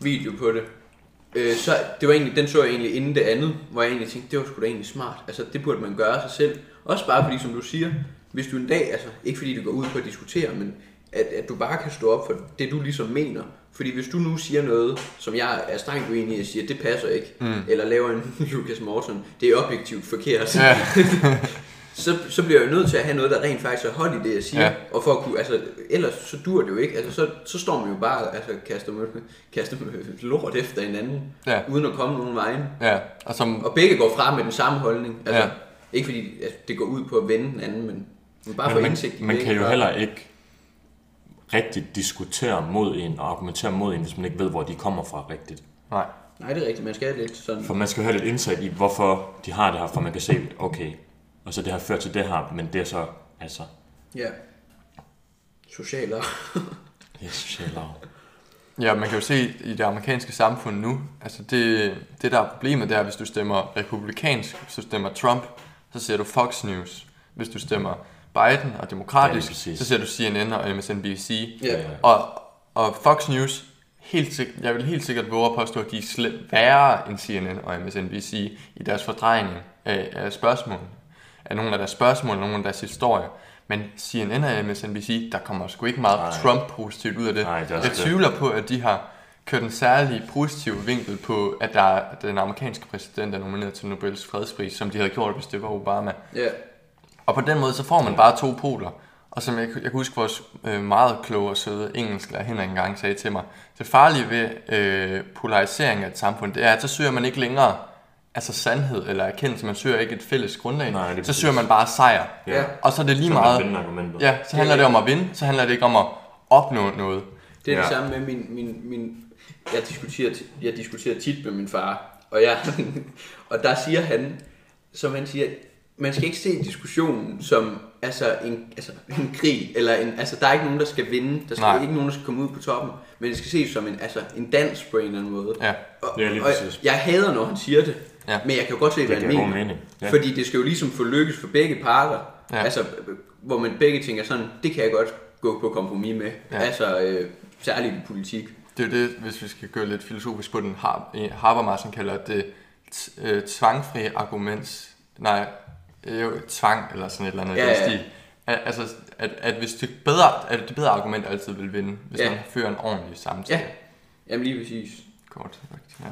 video på det, øh, så det var egentlig, den så jeg egentlig inden det andet, hvor jeg egentlig tænkte, det var sgu da egentlig smart, altså det burde man gøre sig selv, også bare fordi, som du siger, hvis du en dag, altså ikke fordi du går ud på at diskutere, men at, at du bare kan stå op for det, du ligesom mener, fordi hvis du nu siger noget, som jeg er strengt uenig i, og siger, det passer ikke, mm. eller laver en (laughs) Lucas Morton, det er objektivt forkert, Ja. så, så bliver jeg jo nødt til at have noget, der rent faktisk er hold i det, jeg siger. Ja. Ja. Og for at kunne, altså, ellers så dur det jo ikke. Altså, så, så står man jo bare og altså, kaster, med, kaster med lort efter hinanden, Ja. uden at komme nogen vejen. ja. Og som, Og begge går frem med den samme holdning. Altså, ja. Ja. Ikke fordi altså, det går ud på at vende den anden, men, men bare for Men man, indsigt i man begge kan jo gør. heller ikke rigtigt diskutere mod en og argumentere mod en, hvis man ikke ved, hvor de kommer fra rigtigt. nej. Nej, det er rigtigt. Man skal have lidt sådan... For man skal jo have lidt indsigt i, hvorfor de har det her, for man kan se, okay, og så det har ført til det her, men det er så, altså, Ja. Socialt og... yes, socialt arv. Ja, man kan jo se i det amerikanske samfund nu, altså det, det der er problemet, det er, hvis du stemmer republikansk, hvis du stemmer Trump, så ser du Fox News. Hvis du stemmer Biden og Ja, demokratisk, ja, præcis. så ser du CNN og MSNBC. Ja. Og, og Fox News, helt sikkert, jeg vil helt sikkert våge at påstå, at de er slet værre end CNN og MSNBC i deres fordrejning af, af spørgsmål. Af nogle af deres spørgsmål, nogle af deres historier. Men CNN og MSNBC, der kommer sgu ikke meget Nej. Trump-positivt ud af det. Nej, det er også jeg det. tvivler på, at de har kørt en særlig positiv vinkel på, at der er, at den amerikanske præsident er nomineret til Nobels fredspris, som de havde gjort, hvis det var Obama. Ja. Og på den måde, så får man bare to poler. Og som jeg, jeg kan huske, vores øh, meget kloge og søde engelsklærer Henrik engang sagde til mig, det farlige ved øh, polarisering af et samfund, det er, at så søger man ikke længere altså sandhed eller erkendelse. Man søger ikke et fælles grundlag. Nej, det er så præcis. søger man bare sejr. Ja. Og så er det lige Så meget... man vinde argumentet. Ja, så handler Ja, det ja. om at vinde, så handler det ikke om at opnå noget. Det er ja. det Ja. samme med min, min, min jeg, diskuterer, ti- jeg diskuterer tit med min far, og, jeg, (laughs) og der siger han, som han siger, man skal ikke se diskussionen som altså en, altså en krig, eller en, altså der er ikke nogen, der skal vinde, der skal Nej. ikke nogen, der skal komme ud på toppen, men det skal ses som en, altså en dans på en eller anden måde. Ja. Og, Ja, lige og præcis. jeg hader, når han siger det, Ja. men jeg kan jo godt se, hvad han giver mener. god mening, ja. Fordi det skal jo ligesom få lykkes for begge parter, ja. Ja. altså hvor man begge tænker sådan, det kan jeg godt gå på kompromis med, ja. Ja. altså øh, særligt i politik. Det er jo det, hvis vi skal gå lidt filosofisk på den, Har- eh, Habermas han kalder det t- øh, tvangfri arguments, nej, øh, jo, tvang eller sådan et eller andet Ja, ja, ja. ja. stil. Al- Altså, at, at hvis det bedre, at det bedre argument altid vil vinde, hvis Ja. ja. man fører en ordentlig samtale. Ja, jamen lige præcis. Kort, rigtigt, ja.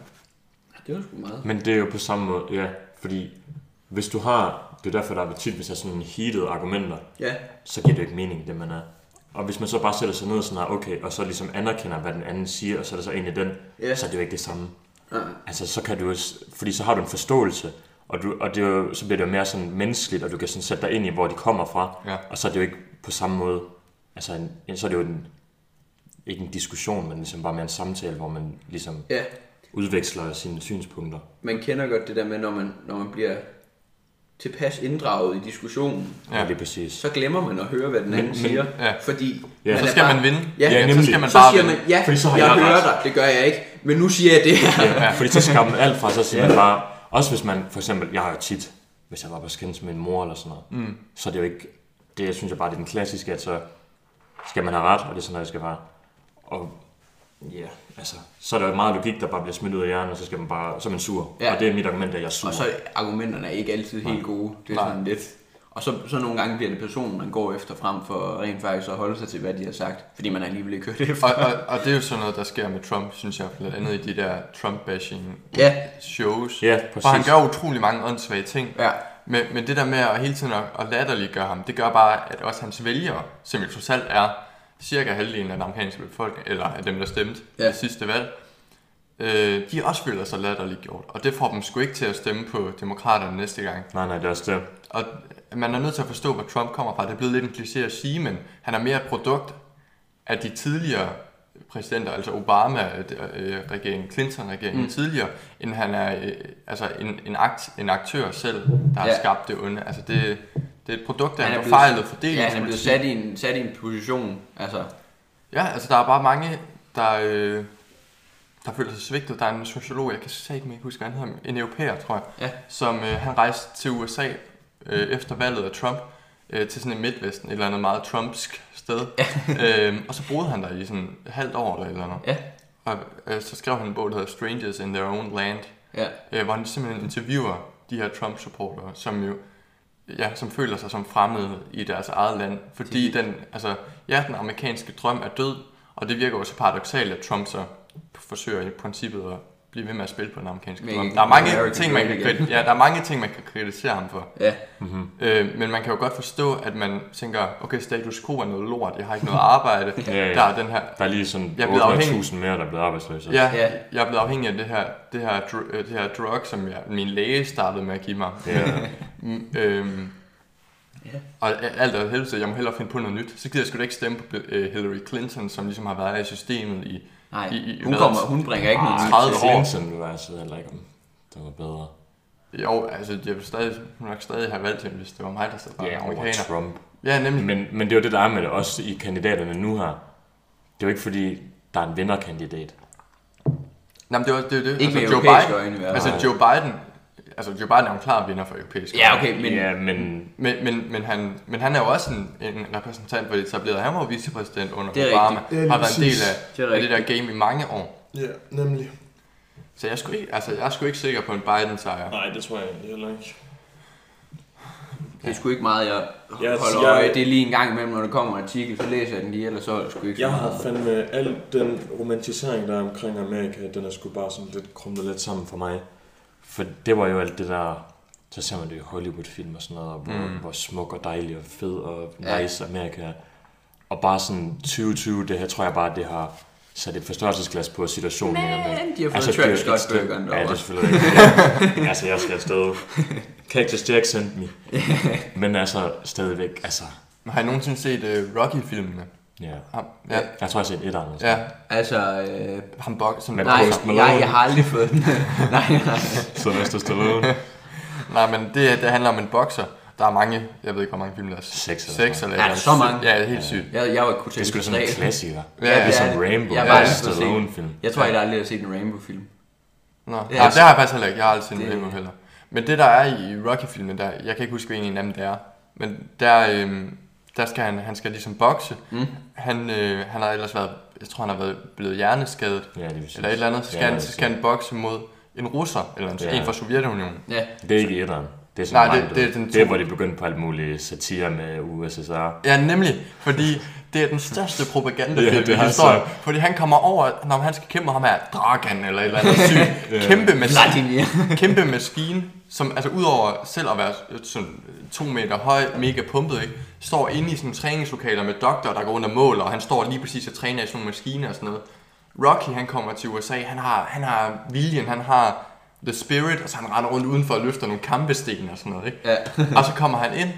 Det var sgu meget. Men det er jo på samme måde, ja, fordi hvis du har, det er derfor, der er tit, hvis der er sådan heated argumenter, Ja, så giver det jo ikke mening, det man er. Og hvis man så bare sætter sig ned sådan her, okay, og så ligesom anerkender, hvad den anden siger, og så er det så egentlig den, Ja. så er det jo ikke det samme. Ja. Altså, så kan du, jo s- fordi så har du en forståelse, og, du, og det er jo, så bliver det jo mere sådan menneskeligt, og du kan sådan sætte dig ind i, hvor de kommer fra, Ja. og så er det jo ikke på samme måde, altså, en, en, så er det jo en, ikke en diskussion, men ligesom bare mere en samtale, hvor man ligesom ja, udveksler sine synspunkter. man kender godt det der med, når man, når man bliver tilpas inddraget i diskussionen, Ja. Og det er præcis. så glemmer man at høre, hvad den anden Men- men- siger, ja. fordi... Ja. man Så er Så skal bare- man vinde. Ja, Ja, så nemlig. skal man så bare siger vinde. man, ja, Fordi så har jeg, jeg hører ret. dig, det gør jeg ikke, men nu siger jeg det her. Ja, fordi så skar man alt fra, så siger man bare, også hvis man, for eksempel, jeg har jo tit, hvis jeg var på skændes med min mor eller sådan noget, mm. så er det jo ikke, det synes jeg bare, det er den klassiske, at så skal man have ret, og det er sådan noget, jeg skal bare, og ja, yeah, altså, så er der jo meget logik, der bare bliver smidt ud af hjernen, og så skal man bare, så er man sur, Ja. ja. og det er mit argument, at jeg er sur. Og så er argumenterne ikke altid helt gode. Det er Nej. sådan lidt... Og så, så nogle gange bliver det personen, man går efter frem for rent faktisk at holde sig til, hvad de har sagt. Fordi man alligevel ikke hørt efter. Og, (laughs) og, og det er jo sådan noget, der sker med Trump, synes jeg, blandt andet i de der Trump-bashing Ja, shows. Ja, For han præcis. gør utrolig mange åndssvage ting. ja. Men, men det der med at hele tiden at, at latterliggøre ham, det gør bare, at også hans vælgere, som jo trods alt er cirka halvdelen af den amerikanske befolkning, eller af dem, der stemte Ja. ja. i sidste valg, øh, de også føler sig latterliggjort. Og det får dem sgu ikke til at stemme på demokraterne næste gang. Nej, nej, det er også det. Og man er nødt til at forstå, hvor Trump kommer fra. Det er blevet lidt en kliché at sige, men han er mere et produkt af de tidligere præsidenter, altså Obama-regeringen, Clinton-regeringen mm. tidligere, end han er øh, altså en, en, akt, en aktør selv, der har Ja. skabt det onde. Altså det, det er et produkt af Han er en blevet- forfejlet ja han er blevet fordelingspolitik. sat i en, sat i en position. Altså, Ja, altså der er bare mange, der, øh, der føler sig svigtet. Der er en sociolog, jeg kan satme ikke huske, hvad han hedder, en europæer, tror jeg, Ja. som øh, han rejste til USA øh, efter valget af Trump, øh, til sådan et midtvesten, et eller andet meget trumpsk sted. Ja. (laughs) øhm, og så boede han der i sådan et halvt år eller et eller andet. ja, Og øh, så skrev han en bog, der hedder Strangers in Their Own Land, ja. øh, hvor han simpelthen interviewer de her Trump-supportere, som jo ja, som føler sig som fremmede i deres eget land, fordi den, altså, ja, den amerikanske drøm er død, og det virker jo så paradoxalt, at Trump så forsøger i princippet at blive ved med at spille på den amerikanske Men- drøm. Der er mange American ting, man kan, dream igen. kriti- ja, der er mange ting, man kan kritisere ham for. ja. Øh, men man kan jo godt forstå, at man tænker, okay, status quo er noget lort, jeg har ikke noget arbejde, (laughs) Ja, ja. der er den her Der er lige sådan Jeg er blevet afhængig. 800.000 mere, der er blevet arbejdsløse. Ja, Ja. ja, jeg er blevet afhængig af det her, det her, dr- øh, det her drug, som jeg, min læge startede med at give mig. Ja. Mm, øhm, Ja. og a- alt er helvede, så jeg må hellere finde på noget nyt. Så gider jeg sgu da ikke stemme på Bill- øh, Hillary Clinton, som ligesom har været i systemet i... Nej, I- I- hun, hvad? kommer, hun bringer ikke noget nyt 30 til. år. Clinton vil jeg sidde heller ikke om. Det var bedre. Jo, altså, jeg vil stadig, hun nok stadig have valgt hende, hvis det var mig, der sad bare Ja, over amerikaner. Trump. Ja, nemlig. Men, men det er jo det, der er med det, også i kandidaterne nu her. Det er jo ikke fordi, der er en vinderkandidat. Nå, men det var det. Var, det. Ikke med altså, Joe europæiske Biden, øjne, i hvert altså, fald. Joe Biden, altså, Joe Biden er jo en klar vinder for europæiske Ja, øjne. okay, men... ja, men Men, men, men, han, men han er jo også en, en repræsentant for det etablerede. Han var jo vicepræsident under Det er Obama. rigtigt. Ja, lige har været en del præcis. af Det er det, af det der game i mange år. Ja, nemlig. Så jeg er sgu ikke, altså, jeg er sgu ikke sikker på en Biden-sejr. Nej, det tror jeg egentlig heller ikke. Det er sgu ikke meget, jeg Jeg- holder jeg- øje. Det er lige en gang imellem, når der kommer en artikel, så læser jeg den lige, ellers så er det sgu ikke så Jeg meget. har fandme al den romantisering, der er omkring Amerika, den er sgu bare sådan lidt krummet lidt sammen for mig. For det var jo alt det der... Så ser man det i Hollywood-film og sådan noget, og hvor, mm. hvor smuk og dejlig og fed og Ja. nice Amerika er. Og bare sådan 2020, det her tror jeg bare, det har sat et forstørrelsesglas på situationen. i Amerika. Men de har fået Altså, Travis det er jo et sted- Scott-burgeren Ja, det derovre. er selvfølgelig rigtigt. (laughs) Ja. altså, jeg skal afsted. Cactus Jack sendte mig. Men altså, stadigvæk, altså... Har I nogensinde set uh, Rocky-filmene? Ja. Ham, ja, Jeg tror, jeg har set et eller andet. ja, Altså, øh, ham bok, som Men- nej, Post Malone. jeg, jeg har aldrig fået den. (laughs) nej, nej. Sylvester Stallone. Nej, men det, det handler om en bokser. Der er mange, jeg ved ikke, hvor mange film der er. Seks eller Seks sådan eller Ja, eller så mange. Ja, helt sygt. Jeg, jeg var kunne Det er tænke sgu da sådan en tre. klassiker. Ja, det er Ligesom det. Rambo. Jeg Jeg var var aldrig en fået set Stallone-film. Jeg tror ikke, jeg aldrig har set en Rainbow-film. Nå, Ja, ja, altså- det har jeg faktisk heller ikke. Jeg har aldrig set Det- en Rambo heller. Men det, der er i Rocky-filmen, der, jeg kan ikke huske, hvilken en af dem det er, men der, øhm, der skal han, han skal ligesom bokse. Mm. Han, øh, han har ellers været, jeg tror, han har været blevet hjerneskadet, Ja, det vil sige. eller et eller andet. Så skal, Ja, han, det så skal han bokse mod en russer, eller en, Ja. en fra Sovjetunionen. Ja, Det er ikke i etteren. Det er Nej, sådan det- det, det er den det er, to- hvor de begyndte på alt muligt satire med USSR. Ja, nemlig, fordi det er den største propaganda Ja, det i er historien. så- Fordi han kommer over, når han skal kæmpe med ham her, Dragan eller et eller andet (laughs) syg, kæmpe, maskine, Vladimir. (laughs) kæmpe maskine, som altså udover selv at være øh, sådan to meter høj, mega pumpet, ikke, står inde i sådan træningslokaler med doktor, der går rundt og måler, og han står lige præcis og træner i sådan nogle maskiner og sådan noget. Rocky, han kommer til USA, han har, han har viljen, han har the spirit, og så han render rundt udenfor og løfter nogle kampesten og sådan noget, ikke? Ja. (laughs) og så kommer han ind,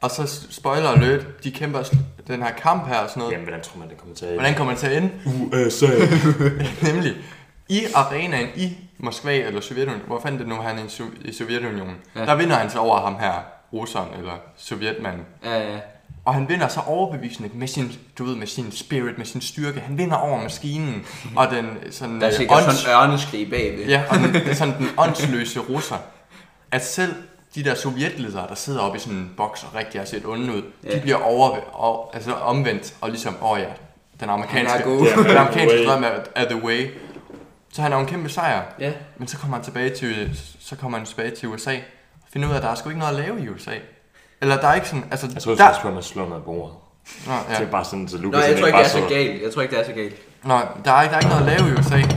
og så spoiler alert, de kæmper s- den her kamp her og sådan noget. Jamen, hvordan tror man, det kommer til at Hvordan kommer det til at ende? USA. (laughs) Nemlig, i arenaen i Moskva eller Sovjetunionen, hvor fanden det nu han er i Sov- i Sovjetunionen, ja. Ja. der vinder han så over ham her, russeren eller sovjetmanden. Ja, ja. Og han vinder så overbevisende med sin, du ved, med sin spirit, med sin styrke. Han vinder over maskinen og den sådan... Der er øh, sikkert ånds- sådan en ørneskrig bagved. Ja, og den, det er sådan den åndsløse russer. At selv de der sovjetledere, der sidder oppe i sådan en boks og rigtig har set onde ud, ja. de Ja. bliver over, og, altså omvendt og ligesom, åh oh ja, den amerikanske, Han er god." den amerikanske Way. drøm er, er the way. Så han er jo en kæmpe sejr. ja. Men så kommer han tilbage til, så kommer han tilbage til USA og finder ud af, at der er sgu ikke noget at lave i USA. Eller der er ikke sådan, altså... Jeg tror, der, der... at man slår noget af bordet. nå, Ja. Det ja. er bare sådan, så Nå, Lucas jeg han tror ikke, bare det er så sidder- galt. Jeg tror ikke, det er så galt. Nå, der er, ikke, der er ikke noget at lave i USA. (laughs)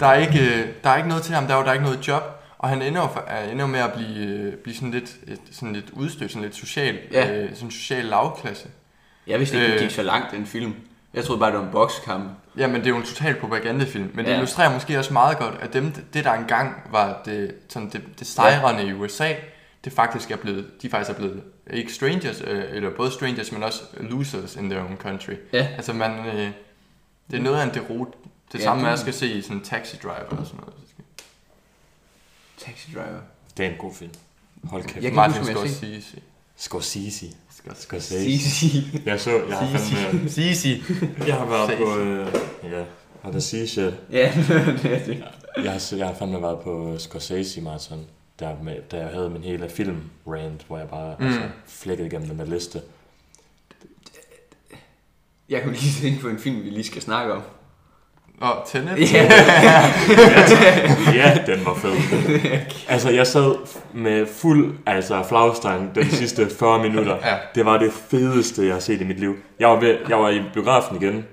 der, er ikke, øh, der er ikke noget til ham, der er jo der er ikke noget job. Og han ender, jo for, er- ender jo med at blive, øh, blive sådan lidt, et, sådan lidt udstødt, sådan lidt social, Ja. øh, sådan social lavklasse. Jeg vidste ikke, Øh. det gik så langt, den film. Jeg troede bare, det var en bokskamp. Jamen, det er jo en total propagandafilm, men ja. det Ja. illustrerer måske også meget godt, at dem, det der engang var det, sådan det, det sejrende ja. i USA, det faktisk er blevet, de faktisk er blevet, ikke strangers, øh, eller både strangers, men også losers in their own country. Ja. Altså man, øh, det er noget af en derot. Det ja, Ja, samme det- man skal se i sådan en taxi driver og sådan noget. Taxi driver. Det er en god film. Hold kæft. Jeg Jeg... kan- Martin huske, hvad jeg Scorsese. Scorsese. Scorsese. Sisi. Jeg så, jeg har, fandme, Scorsese. jeg har været på... Øh, ja, har der sige Ja, (laughs) det er det. Jeg har, jeg har fandme været på Scorsese Marathon, der, med, der jeg havde min hele film rant, hvor jeg bare Mm. mm. altså, flækkede igennem den der liste. Jeg kan lige tænke på en film, vi lige skal snakke om. Og Tenet. Ja. (laughs) Ja, den var (laughs) fed. altså, jeg sad med fuld altså, flagstang den sidste 40 minutter. Ja. Det var det fedeste, jeg har set i mit liv. Jeg var, ved, jeg var i biografen igen,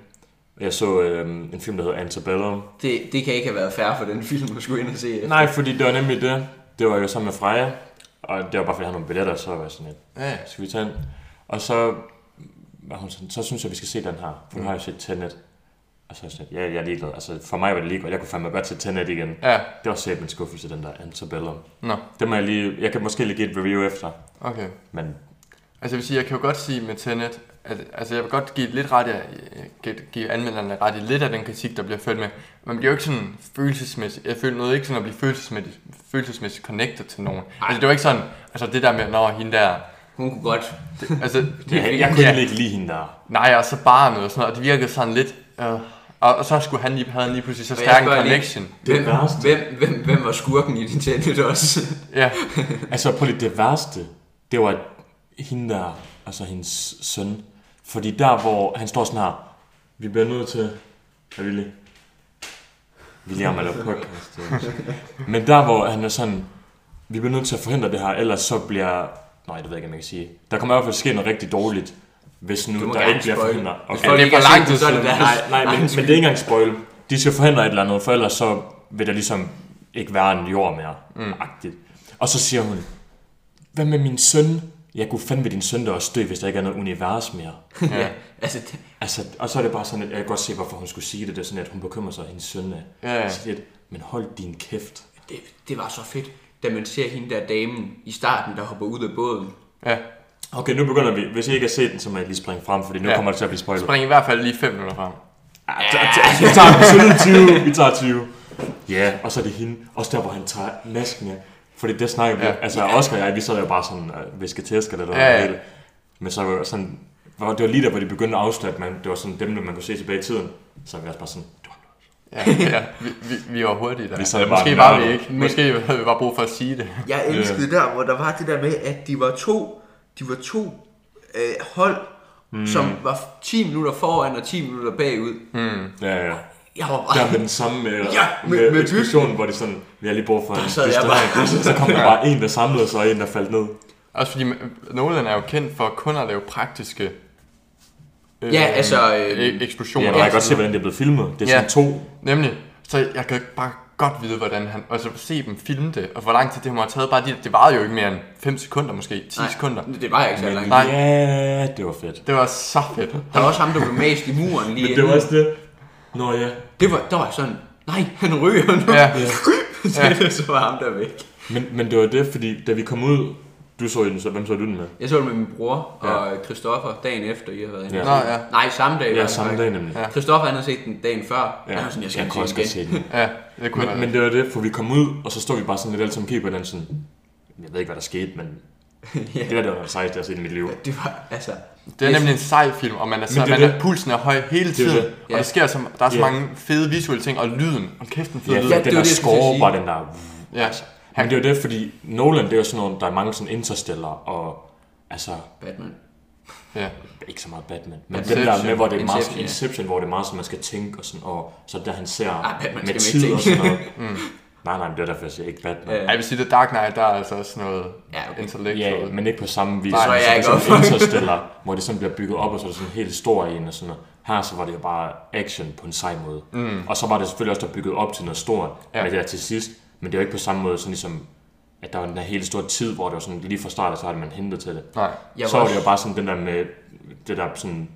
og jeg så øh, en film, der hedder Antebellum. Det, det kan ikke have været fair for den film, du skulle ind og se. efter. Nej, fordi det var nemlig det. Det var jo sammen med Freja, og det var bare, fordi jeg havde nogle billetter, så var jeg sådan lidt, ja. skal vi tage den? Og så var hun sådan, så synes jeg, vi skal se den her, for nu har jeg set Tenet. Og så er jeg sådan, lidt, ja, jeg er ligeglad. Altså, for mig var det ligeglad. Jeg kunne fandme godt se Tenet igen. Ja, Det var sæt min skuffelse, den der Antebellum. nå, Det må jeg lige, jeg kan måske lige give et review efter. okay. Men Altså jeg vil sige, jeg kan jo godt sige med Tenet, at, altså jeg vil godt give lidt ret, af, give, give anmelderne ret i lidt af den kritik, der bliver ført med. Man bliver jo ikke sådan følelsesmæssigt, jeg føler noget ikke sådan at blive følelsesmæssigt, følelsesmæssigt connected til nogen. Ej. Altså det var ikke sådan, altså det der med, når hende der, Hun kunne godt. det, (laughs) altså, jeg, jeg kunne ja. ikke lide hende der. nej, og så barnet og sådan noget, og det virkede sådan lidt, øh, og, og, så skulle han lige, havde han lige pludselig så Men jeg stærk en spørger lige- connection. Det er Hvem, værst. hvem, hvem, hvem var skurken i din tændet også? Ja, Altså, prøv lige, det værste, det var hende der, altså hendes søn. Fordi der, hvor han står sådan her, vi bliver nødt til, er vi lige? Vi lige om at lave podcast. ja. Men der, hvor han er sådan, vi bliver nødt til at forhindre det her, ellers så bliver, nej, det ved jeg ikke, om jeg kan sige. Der kommer i hvert fald ske noget rigtig dårligt, hvis Du nu må der gerne ikke bliver spoil. forhindret. Hvis Okay. folk det er ikke for har set lang den, tid så er det siden. deres- Nej, nej men, men det er ikke engang spoil. De skal forhindre et eller andet, for ellers så vil der ligesom ikke være en jord mere. Mm. Agtigt. Og så siger hun, hvad med min søn? Jeg kunne fandme din søn der også dø, hvis der ikke er noget univers mere. ja, altså, det- Altså, og så er det bare sådan, at jeg kan godt se, hvorfor hun skulle sige det. Det er sådan, at hun bekymrer sig om hendes søn. er- Ja, ja. Så lidt, men hold din kæft. det, det var så fedt, da man ser hende der damen i starten, der hopper ud af båden. ja. Okay, nu begynder vi. Hvis I ikke har set den, så må jeg lige springe frem, fordi nu Ja. kommer det til at blive spoilet. Spring i hvert fald lige 5 minutter frem. Ah, t- t- Vi tager absolut 20. Vi tager 20. Ja, og så er det hende. Også der, hvor han tager masken af. Fordi det snakker vi. Ja. Ja. Altså, Oscar og jeg, vi sad jo bare sådan, øh, viske tæsker lidt over Ja, ja, ja. ja. hele. Men så var sådan, hvor- det var lige der, hvor de begyndte at afsløre, at man, det var sådan dem, man kunne se tilbage i tiden. Så var vi også bare sådan, "Du, Ja, ja. Vi, vi, vi var hurtige der. Vi sad bare Måske og var vi nørdede. ikke. Måske havde vi bare brug for at sige det. Jeg elskede der, hvor der var det der med, at de var to, de var to øh, hold, mm. som var 10 minutter foran og 10 minutter bagud. Mm. ja, ja. Jeg var bare... Der med den samme med, Ja, med- med, med med eksplosionen, hvor det sådan, vi har lige brug for en sad jeg distrahering. (laughs) Så kom der bare en, der samlede sig, og en, der faldt ned. Også fordi man- Nolan er jo kendt for kun at lave praktiske øh, Ja, altså... Øh, e- eksplosioner. Ja, og jeg kan godt se, hvordan det er blevet filmet. Det er Ja. sådan to Nemlig, så jeg kan bare godt vide, hvordan han... Altså, se dem filme det, og hvor lang tid det må have taget. Bare det, det varede jo ikke mere end 5 sekunder måske, 10 nej, sekunder. Det var jeg ikke så Men langt. Nej. ja, det var fedt. Det var så fedt. Der var også ham, der blev mast i (laughs) muren lige Men det var inden. også det. Nå ja. Det var, der var jeg sådan, nej, han ryger nu. Ja, (laughs) så, ja. (laughs) så var ham der væk. Men, men det var det, fordi da vi kom ud, du så den, så hvem så du den med? Jeg så det med min bror og Christoffer dagen efter, I havde været inde. Ja. nå ja. Nej, samme dag. var Ja, det samme nok. dag nemlig. Ja. Christoffer han havde set den dagen før. Ja. Han var Ja, sådan, jeg skal jeg ikke kunne også godt se den. se den. Ja, det kunne Men, men, men det var det, for vi kom ud, og så stod vi bare sådan lidt alle sammen og kiggede på den sådan, jeg ved ikke, hvad der skete, men (laughs) Ja. det der, det var det sejeste, jeg har set i mit liv. Det var, altså... Det er nemlig en sej film, og man er, så, Men det er man er, det. pulsen er høj hele Det er tiden, det. og Ja. det sker, som, der er så Ja. mange fede visuelle ting, og lyden, og kæft, den fede Ja, lyd. det var den det, der jeg skulle til at score, sige. bare den der... Ja. Men det var det, fordi Nolan, det er jo sådan noget, der er mange sådan interstellar, og altså, Batman. ja. ikke så meget Batman, men Inception. Inception. den der med, hvor det er meget Inception, sådan, ja. Inception, hvor det er meget sådan, man skal tænke og sådan, og så der han ser Ah, Batman skal man med ikke tid tænke. og sådan (laughs) noget. mm. Nej, nej, men det er derfor, jeg siger ikke Batman. Ja. Ej, Jeg vil sige, at Dark Knight, der er altså også noget Ja, okay. intellektuelt. Ja, men ikke på samme vis. Nej, som så er jeg ikke sådan op for det. Interstellar, (laughs) hvor det sådan bliver bygget op, og så er det sådan helt stor en og sådan noget. Her så var det jo bare action på en sej måde. Mm. Og så var det selvfølgelig også der bygget op til noget stort, Ja. ja. men det er til sidst. Men det er jo ikke på samme måde, sådan ligesom, at der var den her hele store tid, hvor det var sådan lige fra start, og så havde man hentet til det. Nej. Jeg så var var det jo også- bare sådan den der med, det der sådan,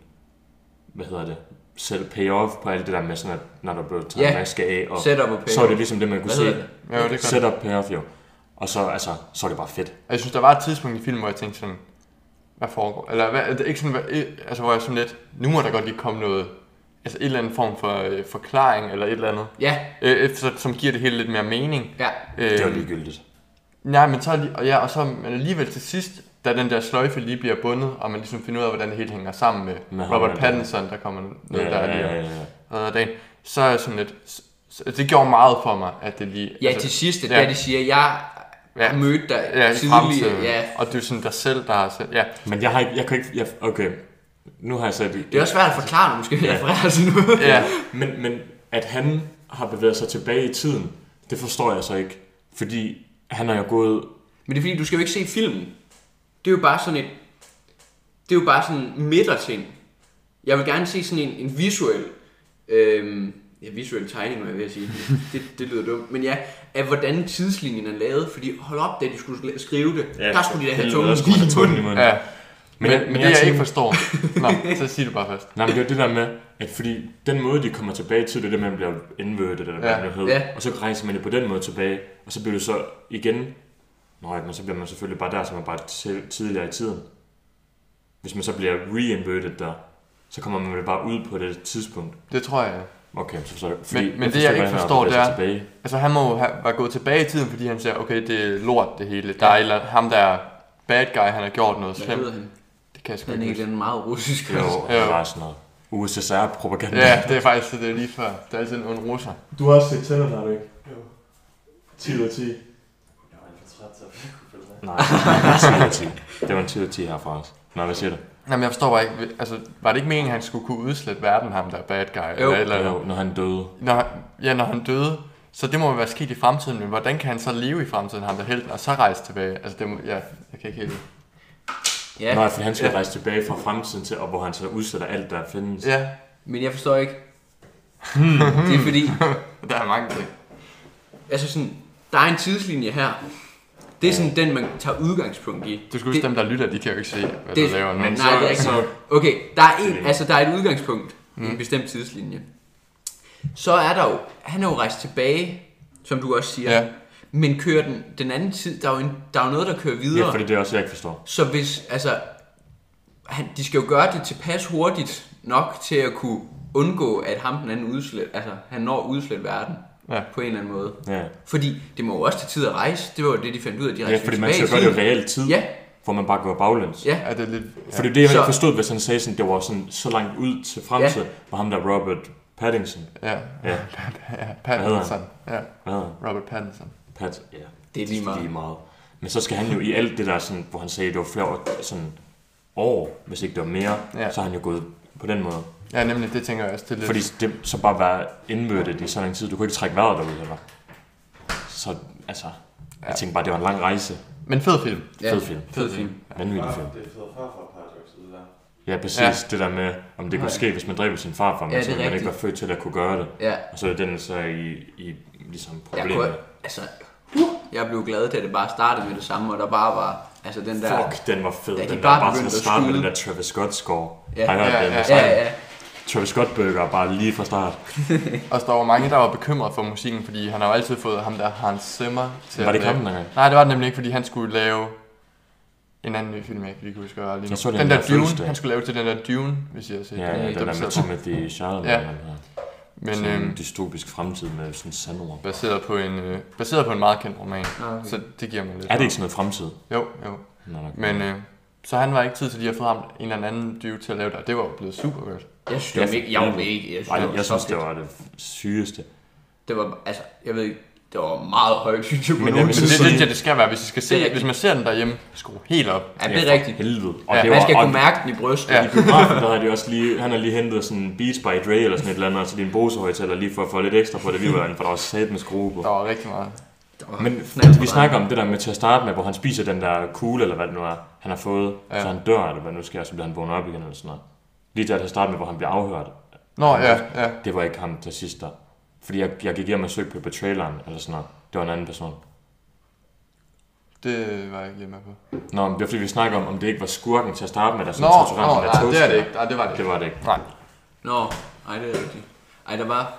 hvad hedder det, selv payoff på alt det der med sådan, at når der blev taget Ja. ja. maske af, og Setup og pay. så var det ligesom det, man kunne Hvad se. hedder det? Jo, det er godt. Setup, payoff, jo. Og så, altså, så er det bare fedt. Og jeg synes, der var et tidspunkt i filmen, hvor jeg tænkte sådan, hvad foregår? Eller hvad, det er ikke sådan, hvad, eh, altså, hvor jeg sådan lidt, nu må der godt lige komme noget, altså et eller andet form for øh, forklaring, eller et eller andet, Ja, øh, efter, som giver det hele lidt mere mening. ja. Øh, Det er jo ligegyldigt. Nej, men så, alli- og, ja, og så men alligevel til sidst, da den der sløjfe lige bliver bundet, og man ligesom finder ud af, hvordan det hele hænger sammen med, Med ham, Robert ja. Pattinson, der kommer ned der lige og ja, ja. redder dagen, så er jeg sådan lidt, s- s- altså, det gjorde meget for mig, at det lige... Ja, Altså, til sidst, at ja. ja. de siger, jeg Ja. ja. mødte dig ja, ja, i fremtiden, tidligere. Ja. og det er jo sådan dig selv, der har selv, ja, Men jeg har ikke, jeg kan ikke, jeg, okay, nu har jeg sat det. Det er også svært at forklare, når man skal (laughs) Ja. referere sådan noget. ja, Men, men at han har bevæget sig tilbage i tiden, det forstår jeg så ikke. Fordi han er jo gået, Men det er fordi, du skal jo ikke se filmen. Det er jo bare sådan et... Det er jo bare sådan en midterting. Jeg vil gerne se sådan en, en visuel... Øhm, ja, visuel tegning, hvad jeg vil sige. Det, det lyder dumt. Men ja, af hvordan tidslinjen er lavet. Fordi hold op, da de skulle sk- skrive det, ja, der skulle de da have tungen lige i munden. Ja. ja. Men, men, men det, jeg, ikke forstår... (laughs) Nå, så sig det bare først. Nej, men det er jo det der med, at fordi den måde, de kommer tilbage til, det er det, man bliver indvødt, eller hvad Ja. ja. det hed. Ja. Ja. Og så rejser man det på den måde tilbage, og så bliver det så igen, Nå, ja, men så bliver man selvfølgelig bare der, som man bare til- tidligere i tiden. Hvis man så bliver reinverted der, så kommer man vel bare ud på det tidspunkt. Det tror jeg. Okay, så, så fordi Men, men det jeg ikke forstår, det er... Tilbage. Altså han må jo have, være gået tilbage i tiden, fordi han siger, okay, det er lort det hele. Der er et eller, andet- ham, der er bad guy, han har gjort noget Hvad slemt. hedder han? Det kan jeg sgu Han er ikke en eller huske. anden meget russisk. Jo, også. (laughs) og det var sådan noget. USSR-propaganda. Ja, det er faktisk det er lige før. Der er altid en ond russer. Du har også set tænderne, har du ikke? Jo. 10 ud af 10. Nej, det var en 10. Det var en 10 ud af 10 herfra os. Nej, hvad siger du? Nej, men jeg forstår bare ikke. Altså, var det ikke meningen, at han skulle kunne udslætte verden, ham der er bad guy? Jo. Eller, et eller, andet? Jo, når han døde. Når, han- ja, når han døde. Så det må jo være sket i fremtiden, men hvordan kan han så leve i fremtiden, ham der helten, og så rejse tilbage? Altså, det må, ja, jeg kan ikke helt... Ja. Ja, Nej, for han skal rejse tilbage fra fremtiden til, og hvor han så udsætter alt, der findes. Ja, men jeg forstår ikke. det er fordi, der er mange ting. altså sådan, der er en tidslinje her. Det er sådan den, man tager udgangspunkt i. Du skal huske, dem, der lytter, de kan jo ikke se, hvad det, det- du laver nu. men- Men Nej, det er ikke så, sådan. Okay, der er en, Tilbage. altså der er et udgangspunkt mm. i en bestemt tidslinje. Så er der jo, han er jo rejst tilbage, som du også siger. Ja. Men kører den, den anden tid, der er jo, en, der er jo noget, der kører ja, videre. fordi det er også, jeg ikke forstår. Så hvis, altså, han, de skal jo gøre det tilpas hurtigt nok til at kunne undgå, at ham den anden udslet, altså han når at udslætte verden Ja. på en eller anden måde. Ja, Fordi det må jo også til tid at rejse. Det var jo det, de fandt ud af, de ja rejste fordi jo man skal tilbage jo gøre i det i tiden. reelt tid, Ja, hvor man bare går baglæns. ja. Ja, det er lidt... Ja. For det er det, jeg Så- ikke forstod, hvis han sagde sådan, det var sådan, så langt ud til fremtiden, hvor ham der Robert Pattinson, Ja. Ja. ja. Pattinson. Ja. hvad hedder han? Robert Pattinson. Pat, ja. Det er lige meget. lige meget. Men så skal han jo i alt det der, sådan, hvor han sagde, det var flere år, sådan, år, hvis ikke det var mere, Ja. ja. så har han jo gået på den måde. Ja, nemlig, det tænker jeg også. Det er lidt, Fordi det så bare være indmødt i så lang tid. Du kunne ikke trække vejret derude heller. Så altså, ja. Ja. jeg tænkte bare, det var en lang rejse. Men fed film. Ja, Fed film. Fed film. Vanvittig film. Det er fed farfar paradoxet der. Ja, præcis. Ja. Det der med, om det kunne ske, hvis man dræber sin farfar, men Ja, ja, det er så man ikke rigtigt. var født til at kunne gøre det. Ja, Og så er den så i, i ligesom jeg kunne, problemet. altså, uh, jeg blev glad, da det bare startede med det samme, og der bare var, altså den der... Fuck, den var fed. Ja, de den der bare bare sådan begyndte at at starte med skyde. den der Travis Scott score. Ja. Ja. Har I hørt Ja, ja, den? ja. Ja, Ja, ja. ja, Travis Scott burger bare lige fra start. Og der var mange, der var bekymrede for musikken, fordi han har jo altid fået ham der Hans Zimmer til Var at det lave- kommet dengang? Nej, det var det nemlig ikke, fordi han skulle lave en anden ny film, jeg ikke lige kan huske, hvad lige nu. Jeg så den den der der Dune, fødselsdag. han skulle lave til den der Dune, hvis jeg har set Ja, den. ja, den der med baseret Timothy Chalamet. Ja. Ja. Her. på- Men Men, sådan øhm, en dystopisk fremtid med sådan sandord. baseret, på en, øh, baseret på en meget kendt roman, ja. så det giver mig lidt. Er det ikke sådan noget fremtid? Jo, jo. Nå, nok. Men øh, så han var ikke tid til lige at få ham en eller anden dyve til at lave det, og det var jo blevet super godt. Jeg synes, det var mega, jeg var mega, jeg synes, Ej, det var jeg synes, så det fedt. var det sygeste. Det var, altså, jeg ved ikke, det var meget højt, synes jeg, på Men nogen jeg- Men Så det, det, sådan- det, det skal være, hvis, I skal Det er se, hvis man ser den derhjemme, skru helt op. Ja, Ja, det for er rigtigt. Helvede. Og Ja, det Man var, skal og kunne mærke den i brystet. Ja. Ja. I biografen, der havde de også lige, han har lige hentet sådan Beats by Dre eller sådan et eller andet, og så din Bose-højtaler lige for at få lidt ekstra på det vi var inde, for der var sat med skrue på. Der var rigtig meget. Men vi snakker om det der med til at starte med, hvor han spiser den der kugle, eller hvad det nu er, han har fået, Ja. ja. så han dør, eller hvad nu sker, så bliver han vågnet op igen, eller sådan noget. Lige der til at starte med, hvor han bliver afhørt, Nå, ja, ja. det var ikke ham til sidst der. Fordi jeg, jeg gik hjem og søgte på, på traileren, eller sådan noget. Det var en anden person. Det var jeg ikke lige med på. Nå, men det var fordi, vi snakker om, om det ikke var skurken til at starte med, der Nå, sådan torturant med nå nej, det er toaster. det ikke. Nej, det var det Det ikke. var det ikke. Nej. Nå, ej, det er rigtigt. Ej, der var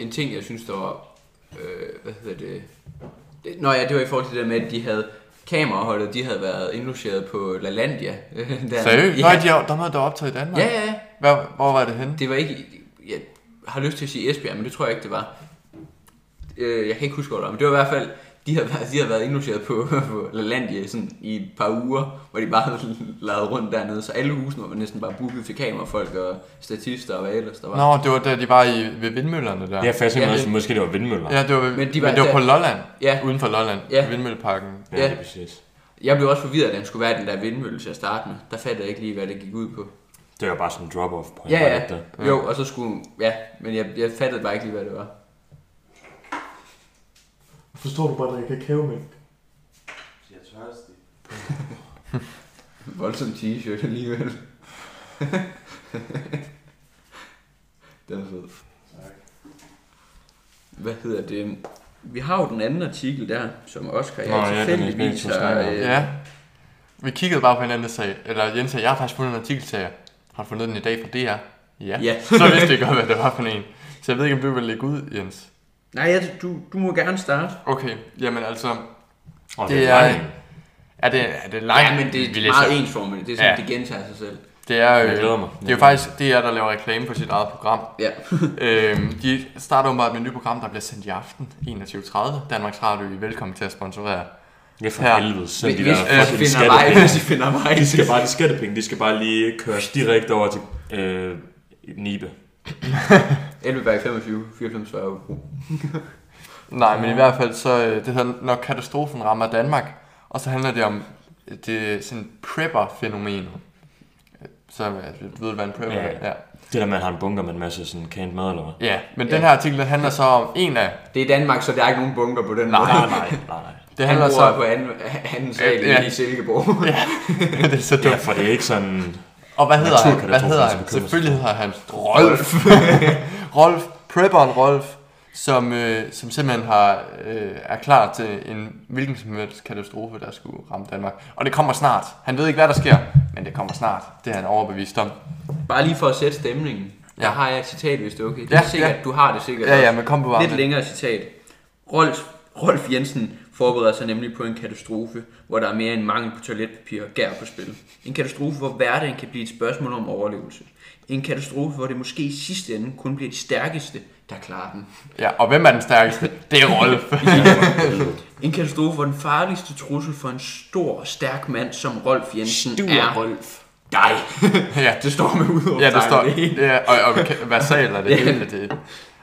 en ting, jeg synes, der var... Øh, hvad hedder det? det? Nå ja, det var i forhold til det der med, at de havde kameraholdet, de havde været indlogeret på LaLandia. (laughs) øh, der. Seriøst? Ja. Nej, de har, der var der optaget i Danmark. ja, ja, ja. Hvor, hvor var det henne? Det var ikke... Jeg har lyst til at sige Esbjerg, men det tror jeg ikke, det var. Øh, jeg kan ikke huske, hvor det var, men det var i hvert fald... De havde, været- de havde været indlogeret på, på LaLandia sådan i et par uger, hvor de bare (laughs) havde lavet rundt dernede, så alle husene var næsten bare booket til kamerafolk og statister og hvad ellers der var. Nå, det var der, de var i, ved vindmøllerne der. Ja, for jeg tænkte Ja, også, måske det var vindmøller. Ja, det var, ved, men, de var, men det var på Lolland. Ja. Uden for Lolland. Ja. Vindmølleparken. ja, ja. det er præcis. Jeg blev også forvirret, at den skulle være den der vindmølle til at starte med. Der fattede jeg ikke lige, hvad det gik ud på. Det var bare sådan en drop-off point. Ja, var det ja. ikke Jo, og så skulle... Ja, men jeg, jeg fattede bare ikke lige, hvad det var. Forstår du bare, at jeg kan kæve mælk? Jeg er tørstig. Voldsom t-shirt alligevel. (laughs) den er fed. Tak. Hvad hedder det? Vi har jo den anden artikel der, som Oscar Nå, ja, jeg den er tilfældigvis ikke med, jeg har... skulle Øh, Ja. Vi kiggede bare på en anden sag. Eller Jens og jeg har faktisk fundet en artikel til jer. Har du fundet den i dag fra DR? Ja. Ja. (laughs) så vidste jeg godt, hvad det var for en. Så jeg ved ikke, om du vil lægge ud, Jens. Nej, jeg, du, du må gerne starte. Okay, jamen altså... Og Det det er- er regn. Er det, er det langt? Ja, men det vi er læser- meget ensformigt. Det er sådan, Ja. ja. det gentager sig selv. Det er, øh, Jeg glæder mig. det er jo faktisk DR, der laver reklame på sit eget program. Ja. øhm, de starter åbenbart med et nyt program, der bliver sendt i aften 21.30. Danmarks Radio er velkommen til at sponsorere. Ja, for Her. helvede. Send de Hvis- der hvis, fucking de finder vej, skattepenge. hvis de finder vej. De skal bare, de skattepenge, de skal bare lige køres direkte over til øh, Nibe. 11 bag 25, 94 var jo Nej, men i hvert fald så, øh, det hedder nok katastrofen rammer Danmark. Og så handler det om øh, det sådan prepper-fænomenet. Øh, Så øh, ved du, hvad en prepper Ja, er? ja. Ja. Det der med, at han har en bunker med en masse sådan kendt mad, eller hvad? ja. men Ja. den her artikel den handler så om en af... Det er Danmark, så der er ikke nogen bunker på den måde. Nej, nej, nej, nej. Han Det handler bor så... på anden, anden sal Ja. ja. i Silkeborg. Ja. (laughs) det er så dumt. Ja, for det er ikke sådan... Og hvad hedder han? Hvad Naturkatastrofen, hedder som han? bekymrer sig. Selvfølgelig hedder han Rolf. (laughs) Rolf, prepperen Rolf, som, øh, som simpelthen har, øh, er klar til en hvilken som helst katastrofe, der skulle ramme Danmark. Og det kommer snart. Han ved ikke, hvad der sker, men det kommer snart. Det er han overbevist om. Bare lige for at sætte stemningen. Ja. Ja. Der har jeg et citat, hvis det er okay. Det er Ja, ja, sikkert, ja. ja. du har det sikkert. Ja, ja, også. men kom på varmen. Lidt længere citat. Rolf, Rolf Jensen forbereder sig nemlig på en katastrofe, hvor der er mere end mangel på toiletpapir og gær på spil. En katastrofe, hvor hverdagen kan blive et spørgsmål om overlevelse. En katastrofe, hvor det måske i sidste ende kun bliver de stærkeste, der klarer den. Ja, og hvem er den stærkeste? Det er Rolf. En katastrofe, hvor den farligste trussel for en stor og stærk mand som Rolf Jensen Stur. er Rolf. dig. ja, det står med ud (laughs) ja, der står... Ja, og, og versaler det hele. Det. Og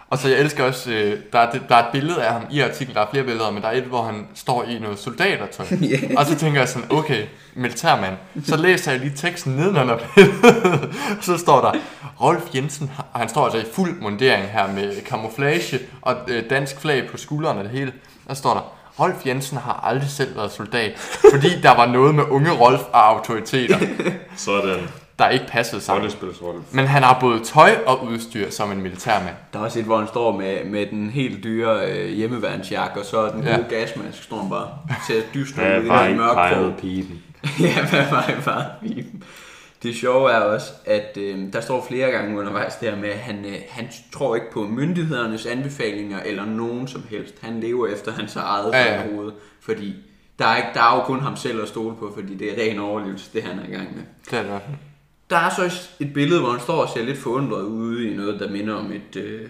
Og så jeg elsker også, øh, der, er, det- der er et billede af ham i artiklen, der er flere billeder, men der er et, hvor han står i noget soldatertøj. (laughs) Ja. Og så tænker jeg sådan, okay, militærmand. Så læser jeg lige teksten nedenunder (laughs) billedet, og så står der, Rolf Jensen, har- og han står altså i fuld mundering her med kamuflage og øh, dansk flag på skulderen og det hele. Der står der, Rolf Jensen har aldrig selv været soldat, fordi der var noget med unge Rolf og autoriteter, Sådan. der ikke passede sammen. Rollespilsrolle. Men han har både tøj og udstyr som en militærmand. Der er også et, hvor han står med, med den helt dyre øh, hjemmeværnsjakke, og så den Ja. gode ja. gasmaske, står han bare til at dyste ud Ja, i bare den ikke mørke peget pipen. (laughs) Ja, hvad var det bare? Det sjove er også, at øh, der står flere gange undervejs der med, at han, øh, han tror ikke på myndighedernes anbefalinger eller nogen som helst. Han lever efter hans eget Ja, ja, ja. ja. hoved, fordi der er, ikke, der er jo kun ham selv at stole på, fordi det er ren overlevelse, det han er i gang med. Det er det i hvert fald. Der er så også et billede, hvor han står og ser lidt forundret ude i noget, der minder om et øh,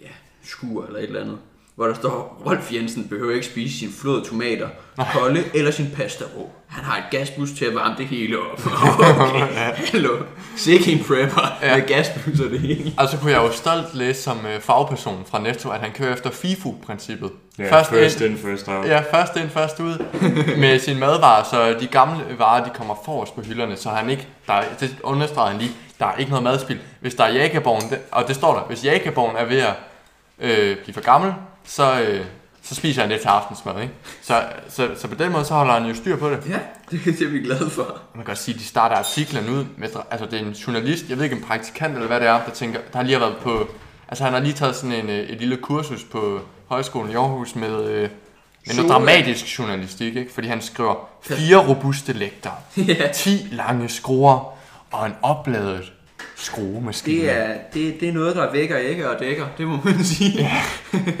ja, skur eller et eller andet. Hvor der står, Rolf Jensen behøver ikke spise sin flåede tomater, kolde eller sin pasta rå. Han har et gasbus til at varme det hele op. (laughs) Okay, hallo. Sikke en prepper ja. med gasbus og det hele. Og så Altså, kunne jeg jo stolt læse som øh, fagperson fra Netto, at han kører efter FIFO-princippet. Ja, Først first ind- in, first out. Ja, først ind, (laughs) først ud med sine madvarer, så de gamle varer, de kommer forrest på hylderne, så han ikke, der, er- det understreger han lige, der er ikke noget madspild. Hvis der er jakaborgen, det- og det står der, hvis jakaborgen er ved at øh, blive for gammel, så, øh, så spiser han det til aftensmad, ikke? Så, så, så på den måde, så holder han jo styr på det. Ja, (laughs) det, det er vi glade for. Man kan godt sige, at de starter artiklen ud med, altså det er en journalist, jeg ved ikke en praktikant eller hvad det er, der tænker, der har lige har været på, altså han har lige taget sådan en, øh, et lille kursus på højskolen i Aarhus med, øh, med noget Sola. dramatisk journalistik, ikke? fordi han skriver fire robuste lægter, (laughs) Ja. 10 lange skruer og en opladet skruemaskine. Det er, det, det er noget, der vækker ikke og dækker, det må man sige. Ja. det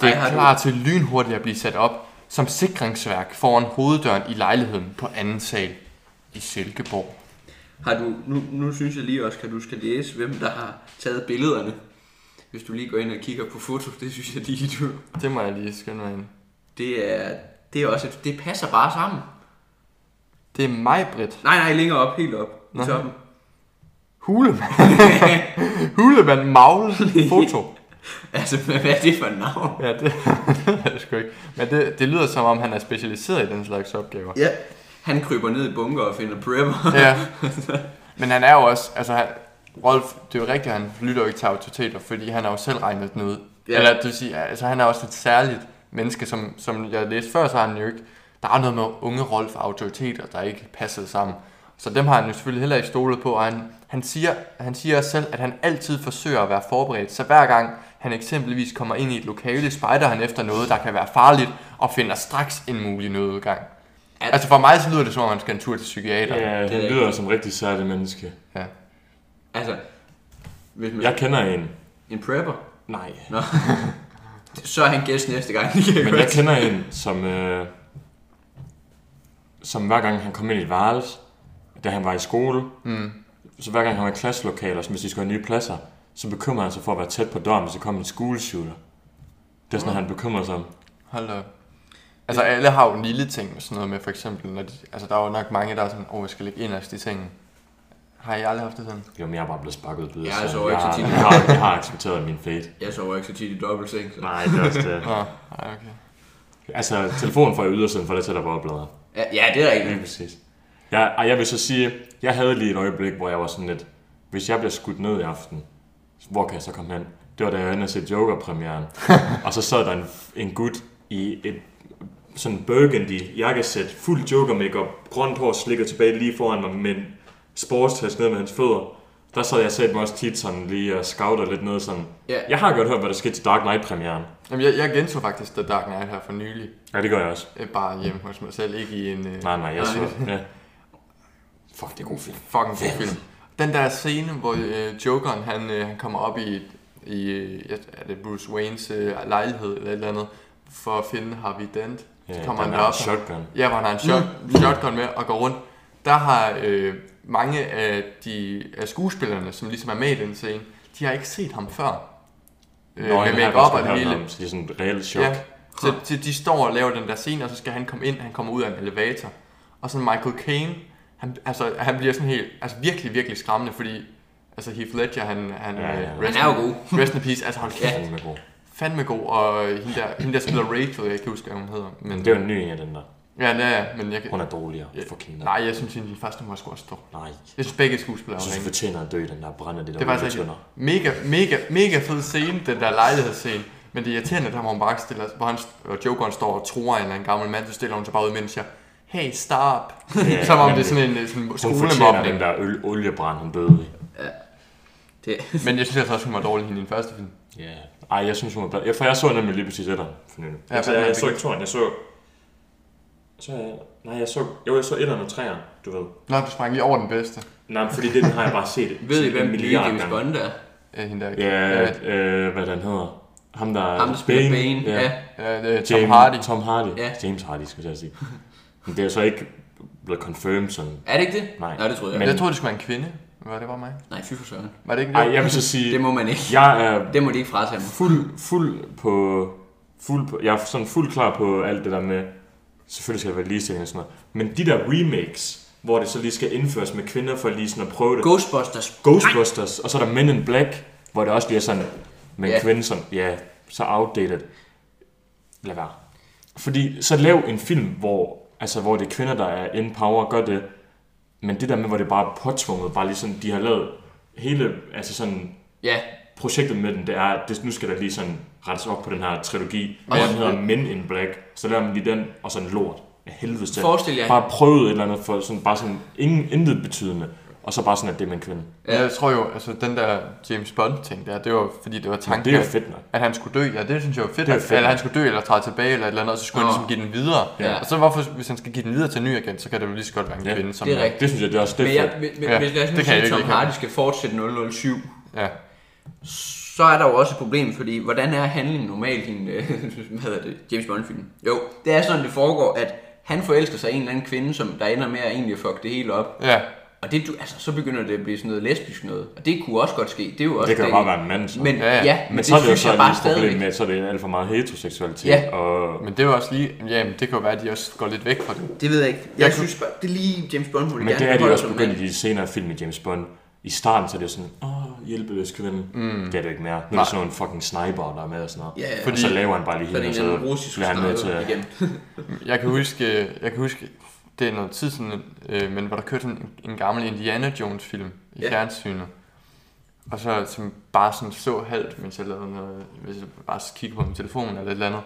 Ej, er har du- klar til lynhurtigt at blive sat op som sikringsværk foran hoveddøren i lejligheden på anden sal i Silkeborg. Har du, nu, nu synes jeg lige også, at du skal læse, hvem der har taget billederne. Hvis du lige går ind og kigger på foto, (laughs) det synes jeg lige, du... Det må jeg lige skynde mig ind. Det er, det er også, et- det passer bare sammen. Det er mig, Britt. Nej, nej, længere op, helt op. Nå. Nå. Toppen. Hulemand. Hulemand Magle Foto. Altså, (laughs) hvad hvad er det for et navn? Ja, det (laughs) er det sgu ikke. Men det, det lyder som om, han er specialiseret i den slags opgaver. Ja. Han kryber ned i bunker og finder prepper. (laughs) Ja. (laughs) Men han er jo også, altså han, Rolf, det er jo rigtigt, han lytter jo ikke til autoriteter, fordi han har jo selv regnet den ud. Ja. Ja. Eller det vil sige, altså han er også et særligt menneske, som, som jeg læste før, så har han jo ikke, der er noget med unge Rolf og autoriteter, der ikke passede sammen. Så dem har han jo selvfølgelig heller ikke stolet på, og han, han, siger, han siger også selv, at han altid forsøger at være forberedt, så hver gang han eksempelvis kommer ind i et lokale, spejder han efter noget, der kan være farligt, og finder straks en mulig nødudgang. Ja. Altså for mig så lyder det som om, han skal en tur til psykiater. Ja, han rigtigt. lyder som rigtig særlig menneske. Ja. Altså, hvis man... Jeg kender en. En prepper? Nej. Nå. Så er han gæst næste gang, (laughs) det kan jeg Men jeg godt. kender en, som, øh, som hver gang han kom ind i et værelse, da han var i skole, mm. så hver gang han var i klasselokaler, så hvis de skulle have nye pladser, så bekymrede han sig for at være tæt på døren, hvis der kom en school shooter. Det er sådan, han bekymrer sig om. Hold da op. Altså alle har jo en lille ting med sådan noget med for eksempel, når de, altså der er jo nok mange, der er sådan, åh, oh, jeg skal ligge inderst i sengen. Har I aldrig haft det sådan? Jo, men jeg er bare blevet sparket ud. Jeg så er altså jeg, ikke så har, tit. jeg, har, jeg har accepteret min fate. Jeg sover ikke så tit i dobbeltseng, så... Nej, det er også det. Nå, nej, okay. altså, telefonen fra ydersiden, for det tættere på oplader. Ja, ja, det er Lige rigtigt. præcis. Jeg, og jeg vil så sige, jeg havde lige et øjeblik, hvor jeg var sådan lidt, hvis jeg bliver skudt ned i aften, hvor kan jeg så komme hen? Det var da jeg var inde og se Joker-premieren. og så sad der en, en gut i et sådan burgundy jakkesæt, fuld joker makeup grønt hår slikket tilbage lige foran mig med en sportstaske ned med hans fødder. Der sad jeg selv mig også tit sådan lige og scouter lidt ned sådan. Ja. Jeg har godt hørt, hvad der skete til Dark Knight-premieren. Jamen, jeg, jeg gentog faktisk The Dark Knight her for nylig, Ja, det gør jeg også. øh, bare hjemme hos mig selv, ikke i en øh, Nej, nej, jeg så. Nej. Ja. Fuck, det er god film. fucking god film. Den der scene, hvor øh, Jokeren, han, øh, han kommer op i, i øh, jeg- er det Bruce Waynes øh, lejlighed eller et eller andet, for at finde Harvey Dent. Ja, så kommer han den er derop, Shotgun. Ja, hvor han har en shot, Mm. shotgun med og går rundt. Der har øh, mange af de af skuespillerne, som ligesom er med i den scene, de har ikke set ham før. Øh, Nå, med jeg har make faktisk og det hørt hele. om, så Det er sådan et reelt chok. Ja, Ja. så, så de står og laver den der scene, og så skal han komme ind, han kommer ud af en elevator. Og så Michael Caine, han, altså, han bliver sådan helt, altså virkelig, virkelig skræmmende, fordi Altså Heath Ledger, han, han, Ja, ja. øh, Han rest, er jo god. (laughs) rest in peace, altså hold Ja. kæft, Den er god. fandme god, og hende der, hende der spiller Rachel, jeg kan ikke huske, hvad hun hedder. Men, Men det er jo en ny en af den der. Ja, ja, ja, men jeg kan... Hun er dårligere. Ja. Fucking Nej, jeg synes, hende, de første nummer skulle også stå. Nej. Jeg synes, begge skuespillere Jeg var synes, du ringe. fortjener at dø, den der brænder det der Det var altså ikke olietønder. mega, mega, mega fed scene, den der lejlighedsscene. Men det er irriterende, der hvor hun bare stiller, hvor han, og Jokeren står og tror en eller anden gammel mand, så stiller hun sig bare ud, mens jeg, hey, stop. Ja, (laughs) Som om det er nemlig. sådan en øh, sådan Hun fortjener den skolemobning. der øl- oliebrand, hun døde i. Det, Men jeg synes altså også, hun var dårlig i den første film. Ja. Ej, jeg synes, hun var bedre. Ja, for jeg så nemlig lige præcis etteren for nylig. Ja, Ja, altså, Batman jeg, jeg så Begins. ikke toren, jeg så... Så jeg, nej, jeg så... Jo, jeg så etteren og treeren, du ved. Nå, du sprang lige over den bedste. Nej, men fordi det den har jeg bare set ved I, hvem en den nye milliard James gange. Bond er? Øh, hende der. Ja, øh, hvad den hedder. Ham, der, Ham, der spiller Bane. Ja. Ja. ja, det er øh, Tom James, Hardy. Tom Hardy. Ja. Ja. James Hardy, skulle jeg til at sige. (laughs) Men det er jo så ikke blevet confirmed sådan. Er det ikke det? Nej. Nej, det troede jeg. Men jeg troede, det skulle være en kvinde. Var det bare mig? Nej, fy for søren. Var det ikke det? Ej, jeg vil så sige, Det må man ikke. jeg er Det må de ikke fratage mig. fuld, fuld på, fuld på, jeg er sådan fuld klar på alt det der med, selvfølgelig skal der være ligestilling og sådan noget, men de der remakes, hvor det så lige skal indføres med kvinder for lige sådan at prøve det. Ghostbusters. Ghostbusters, og så er der Men in Black, hvor det også lige er sådan, med en Ja. yeah. kvinde sådan, ja, så outdated. Lad være. Fordi så lav en film, hvor, altså, hvor det er kvinder, der er in power, gør det, men det der med, hvor det bare er påtvunget, bare lige sådan, de har lavet hele, altså sådan, Ja, projektet med den, det er, at det, nu skal der lige sådan rettes op på den her trilogi, Og og jeg- den hedder Men in Black, så laver man lige den, og sådan lort af helvede til. forestil jer. Bare prøvet et eller andet for sådan, bare sådan ingen, intet betydende, og så bare sådan, at det er med en kvinde. Ja. Jeg tror jo, altså den der James Bond-ting der, det var fordi, det var Men tanken, det er jo at, fedt nok. at han skulle dø. Ja, det synes jeg var fedt. Det er at- fedt. Eller han skulle dø, eller træde tilbage, eller et eller andet, og så skulle Nå. han ligesom give den videre. Ja. Og så hvorfor, hvis han skal give den videre til en ny agent, så kan det jo lige så godt være en Ja, kvinde. Som det er er- rigtigt. Det synes jeg, det er også det Men er jeg, fedt. men, men, Ja, ja, hvis lad os nu det kan jeg sige, at ikke Tom lide. Hardy skal fortsætte 007, Ja. så er der jo også et problem, fordi hvordan er handlingen normalt i en øh, (laughs) hvad hedder det, James Bond-film? Jo, det er sådan, det foregår, at han forelsker sig i en eller anden kvinde, som der ender med at egentlig fuck det hele op. Ja. Og det, du- altså, så begynder det at blive sådan noget lesbisk noget. Og det kunne også godt ske. Det, er jo også Det kan jo bare være en mand, så. Men, Ja, ja. ja, ja, men, men det, så er det jo synes så jeg et bare lille problem stadigvæk. med, at så er det alt for meget heteroseksualitet, Ja. og Men det er jo også lige, jamen det kan jo være, at de også går lidt væk fra det. Det ved jeg ikke. Jeg, jeg synes bare, det er lige James Bond, hvor men det er det jo også begyndt i de senere film i James Bond. I starten så er det jo sådan, åh, hjælpeløs kvinde. Mm. Det er det jo ikke mere. Nu er Nej. det sådan nogle fucking sniper, der er med og sådan noget. Ja, ja. Fordi, og så laver han bare lige Så er det hende, en og eller anden så russisk bliver altså, han nødt til at... igen. Jeg kan huske, øh, jeg kan huske det er noget tid siden, øh, men hvor der kørte sådan en, en gammel Indiana Jones film i Ja. ja. fjernsynet. Og så som bare sådan så halvt, mens jeg lavede noget, hvis jeg bare kiggede på min telefon eller et eller andet.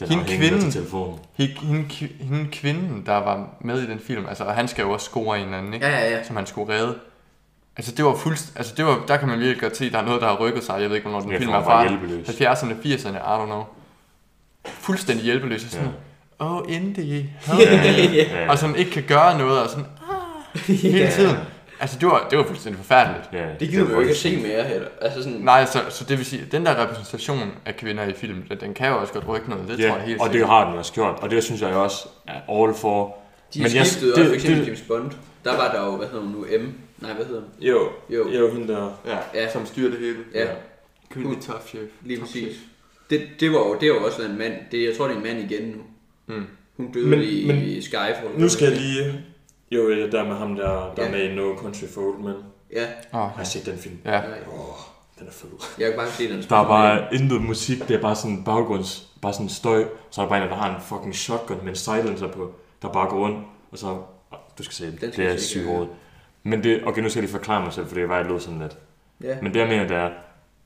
Den Hende har hængende kvinden. til telefonen. Hende, hende, ki- hende kvinden, der var med i den film, altså og han skal jo også score en eller anden, ikke? Ja, ja, ja. som han skulle redde. Altså det var fuldst, altså det var, der kan man virkelig godt se, at der er noget, der har rykket sig. Jeg ved ikke, hvornår den Ja, film for er han var fra. hjælpeløs. 70'erne, 80'erne, I don't know. Fuldstændig hjælpeløs og sådan, Ja. ja. oh, (laughs) Indy, (laughs) Ja, ja. og som ikke kan gøre noget, og sådan, ah, hele tiden. Altså, det var, det var fuldstændig forfærdeligt. Ja, Det gider vi jo ikke at voldsomt. se mere heller. Altså sådan, Nej, så, så det vil sige, at den der repræsentation af kvinder i film, den- den kan jo også godt rykke noget, det tror jeg helt Ja, og det sikkert. har den også gjort, og det synes jeg jo også er all for. de men jeg- skiftede også, for eksempel det, James Bond. Der var der jo, hvad hedder hun nu, M? Nej, hvad hedder hun? Jo, Jo, jo, hende der... Ja, Ja. som styrer det hele. ja, Kvindelig tough chef. lige Tough præcis. Det, det var jo, det var også en mand. Det, jeg tror, det er en mand igen nu. Mm. Hun døde Men- i, men- i Skyfall. Nu skal jeg lige... Jo, ja, der med ham, der, der Ja. er med i No Country for Old Men. Ja, chef. Åh, Jeg har set den film. ja. nej. Åh, den er fed. jeg kan bare se den. Der er bare intet musik, det er bare sådan baggrunds, bare sådan støj, så er der bare en, der har en fucking shotgun med en silencer på, der bare går rundt, og så, du skal se den, Den det skal er jeg se, sygt ja. hovedet. Men det, okay, nu skal jeg lige forklare mig selv, for det var, jeg lød sådan lidt. Ja. Men det, jeg mener, det er,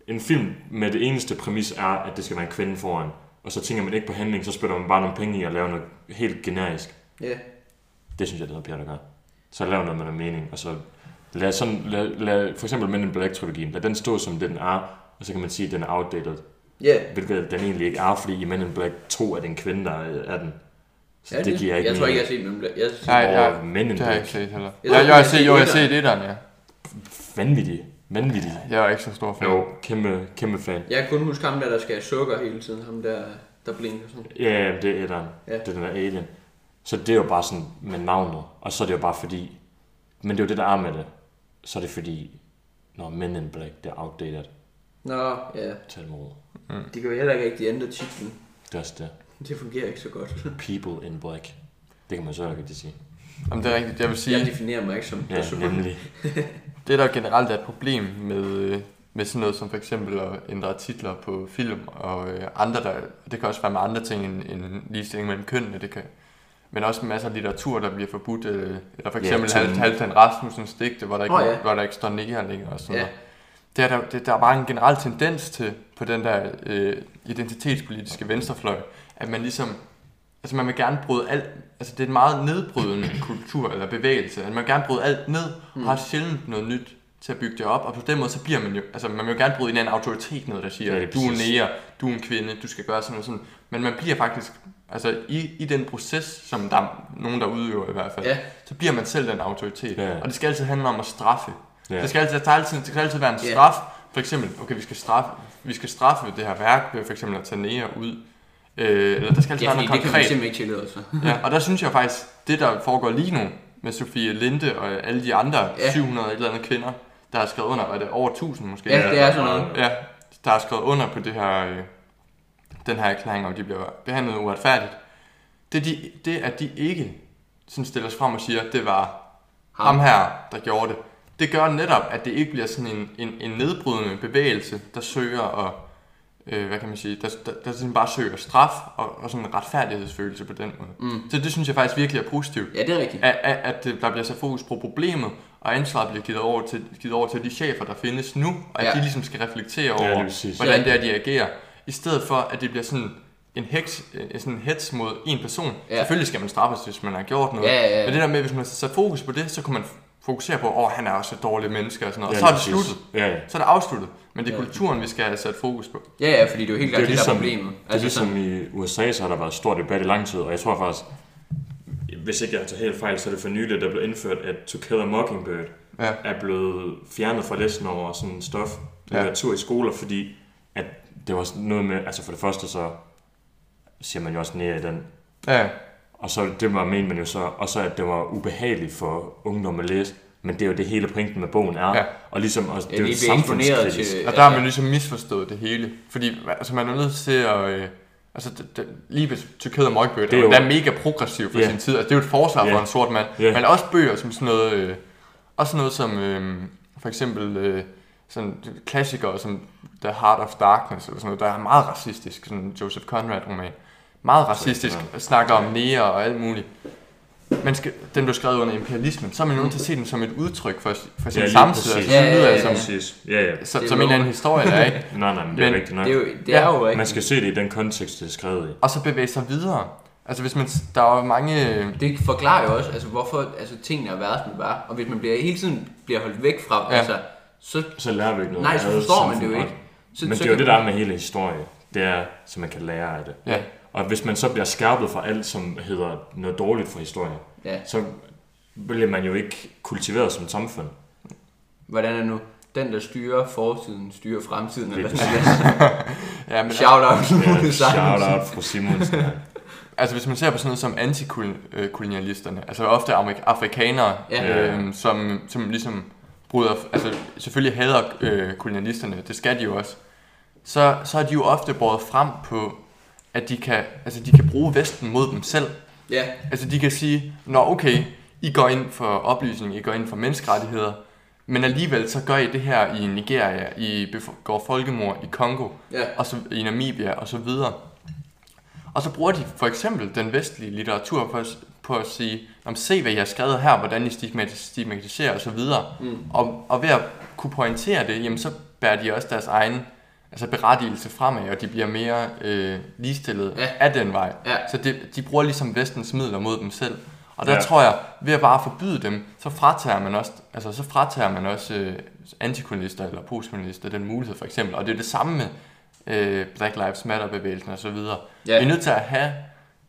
en film med det eneste præmis er, at det skal være en kvinde foran, og så tænker man ikke på handling, så spytter man bare nogle penge i at lave noget helt generisk. Ja. Det synes jeg, det er noget pjat at gøre. Så lav noget med noget mening, og så lad, sådan, lad, lad for eksempel Men in Black-trilogien, lad den stå som det, den er, og så kan man sige, at den er outdated, Ja. hvilket den egentlig ikke er, fordi i Men in Black 2 er det en kvinde, der er den. Så Ja, det, det giver ikke jeg tror ikke, jeg har set den. Jeg, Nej, jeg jeg, har Men in det har jeg Black. ikke set heller. Jeg Jeg, tror, jeg, jeg har jeg, set, set jo, jeg har etteren. set etteren, ja. Vanvittig. Vanvittig. Jeg er ikke så stor fan. Jo, kæmpe, kæmpe fan. jeg kan kun huske ham der, der skal have sukker hele tiden. Ham der, der blinker sådan. Ja, det er etteren. Ja. Ja. Det er den der alien. Så det er jo bare sådan med navnet, og så er det jo bare fordi, men det er jo det, der er med det. Så er det fordi, når Men in Black, det er outdated. Nå, ja. Tag dem over. Det kan jo heller ikke rigtig ændre titlen. Det er også det. Det fungerer ikke så godt. People in Black. Det kan man så ikke rigtig sige. Jamen, det er rigtigt. Jeg vil sige, Jeg definerer mig ikke som Ja, person. nemlig. det, der generelt er et problem med, øh, med sådan noget som for eksempel at ændre titler på film, og øh, andre der, det kan også være med andre ting end, end ligestilling mellem kønnene, det kan, men også masser af litteratur, der bliver forbudt, øh, eller for Ja, eksempel sådan- yeah, Halvdan Rasmussens digte, hvor der ikke, Åh, oh, ja. ja. hvor der ikke står nigger længere og sådan Ja. yeah. noget. Det er der, det, der er bare en generel tendens til på den der øh, identitetspolitiske venstrefløj, at man ligesom Altså man vil gerne bryde alt, altså det er en meget nedbrydende kultur eller bevægelse, at man vil gerne bryde alt ned, Mm. og har sjældent noget nyt til at bygge det op, og på den måde så bliver man jo, altså man vil jo gerne bryde en eller anden autoritet ned, der siger, Ja, ja, det er du er præcis. nære, du er en kvinde, du skal gøre sådan og sådan, men man bliver faktisk, altså i, i den proces, som der er nogen, der udøver i hvert fald, Ja. så bliver man selv den autoritet, Ja. og det skal altid handle om at straffe. Ja. Det skal altid, der skal altid, det skal altid være en Ja. straf, for eksempel, okay, vi skal straffe, vi skal straffe det her værk ved for eksempel at tage nære ud, Øh, eller der skal altid Ja, fordi være noget det kan vi konkret. simpelthen ikke tillade os. Ja, og der synes jeg faktisk, det der foregår lige nu med Sofie Linde og alle de andre Ja. ja. 700 et eller andet kvinder, der har skrevet under, var det over 1000 måske? Ja, det er sådan noget. ja der har skrevet under på det her, øh, den her erklæring, og de bliver behandlet uretfærdigt. Det, er de, det at de ikke sådan stiller sig frem og siger, at det var ham. ham her, der gjorde det, det gør netop, at det ikke bliver sådan en, en, en nedbrydende bevægelse, der søger at, øh, hvad kan man sige, der, der, der sådan bare søger straf og, og sådan en retfærdighedsfølelse på den måde. Mm. Så det synes jeg faktisk virkelig er positivt. Ja, det er rigtigt. At, at, at øh, der bliver så fokus på problemet, og ansvaret bliver givet over til, givet over til de chefer, der findes nu, og at Ja. ja. de ligesom skal reflektere Ja, over, lige præcis. hvordan det er, de agerer, i stedet for, at det bliver sådan en heks, en- sådan en hets mod en person. Ja. Ja. Selvfølgelig skal man straffes, hvis man har gjort noget. Ja, ja, ja. Men det der med, hvis man så fokus på det, så kunne man fokusere på, åh, oh, han er også et dårligt menneske og sådan noget. Ja, og så er det lige præcis. sluttet. Ja, ja. Så er det afsluttet. Men det er kulturen, vi skal have sat fokus på. Ja, ja, fordi det er jo helt Det er jo klart det, der er ligesom, problemet. Altså, det er ligesom i USA, så har der været stor debat i lang tid, og jeg tror faktisk, hvis ikke jeg tager helt fejl, så er det for nylig, der blev indført, at To Kill a Mockingbird Ja. er blevet fjernet fra listen over sådan stof, Ja. litteratur i skoler, fordi at det var sådan noget med, altså for det første så siger man jo også nære i den, Ja, og så det var ment man jo så, og så at det var ubehageligt for ungdom at læse, men det er jo det hele pointen med bogen er, Ja. og ligesom også, Ja, det er jo de bliver eksponeret samfundskritisk. til... og der har man ligesom misforstået det hele. Fordi altså, man er nødt til at... Øh, altså, det, det, lige ved Tyrkiet og Møgbøger, Det er jo- der er mega progressiv for Ja. sin tid. Altså, det er jo et forsvar Ja. for en sort mand. Ja. Men også bøger som sådan noget... Øh, også noget som øh, for eksempel øh, sådan klassikere som The Heart of Darkness, eller sådan noget, der er meget racistisk, sådan en Joseph Conrad-roman. Meget racistisk, Conrad. og snakker om nære og alt muligt. Man skal, den blev skrevet under imperialismen, så er man jo nødt til at se den som et udtryk for, for sin Ja, ja, lige samtid. Altså, præcis. det lyder Ja, ja, ja, ja. som, Præcis. Ja, ja. som, Det er lov. som en eller anden historie, der er, (laughs) ikke? Nej, nej, men det er Men rigtigt nok. Det er jo, det er Ja, jo Man rigtigt. skal se det i den kontekst, det er skrevet i. Og så bevæge sig videre. Altså hvis man, s- der er jo mange... øh, Det forklarer jo også, altså, hvorfor altså, tingene er værre, som de var. Og hvis man bliver, hele tiden bliver holdt væk fra dem, Ja. altså, så, Så lærer vi ikke noget. nej, så af forstår man det jo samfundet. ikke. Så, Men så det er jo kan- det, der er med hele historien. Det er, så man kan lære af det. Ja, Og hvis man så bliver skærpet fra alt, som hedder noget dårligt for historien, Ja, så bliver man jo ikke kultiveret som (laughs) samfund. hvordan er nu? Den, der styrer fortiden, styrer fremtiden. Eller Det sådan (laughs) noget. (laughs) ja men Shout out til Ja, Lone shout (laughs) Simonsen. out fru Simonsen. ja. altså hvis man ser på sådan noget som antikolonialisterne, altså ofte amerik- afrikanere, Ja. øhm, som, som ligesom bryder, altså selvfølgelig hader øh, kolonialisterne, det skal de jo også, så, så er de jo ofte båret frem på, at de kan, altså de kan bruge Vesten mod dem selv. Ja, Altså de kan sige, nå okay, I går ind for oplysning, I går ind for menneskerettigheder, men alligevel så gør I det her i Nigeria, I begår folkemord i Kongo, ja. og så, i Namibia og så videre. Og så bruger de for eksempel den vestlige litteratur på, at- på at sige, om se hvad jeg har skrevet her, hvordan I stigmatis- stigmatiserer og så videre. Mm. Og, og ved at kunne pointere det, jamen så bærer de også deres egen altså berettigelse fremad, og de bliver mere øh, ligestillet Ja. ja. af den vej. Ja. Så det, de bruger ligesom vestens midler mod dem selv. Og der Ja. ja. tror jeg, ved at bare forbyde dem, så fratager man også, altså, så fratager man også øh, antikolonister eller postkolonister den mulighed for eksempel. Og det er det samme med øh, Black Lives Matter-bevægelsen osv. Ja. Vi Ja. er nødt til at have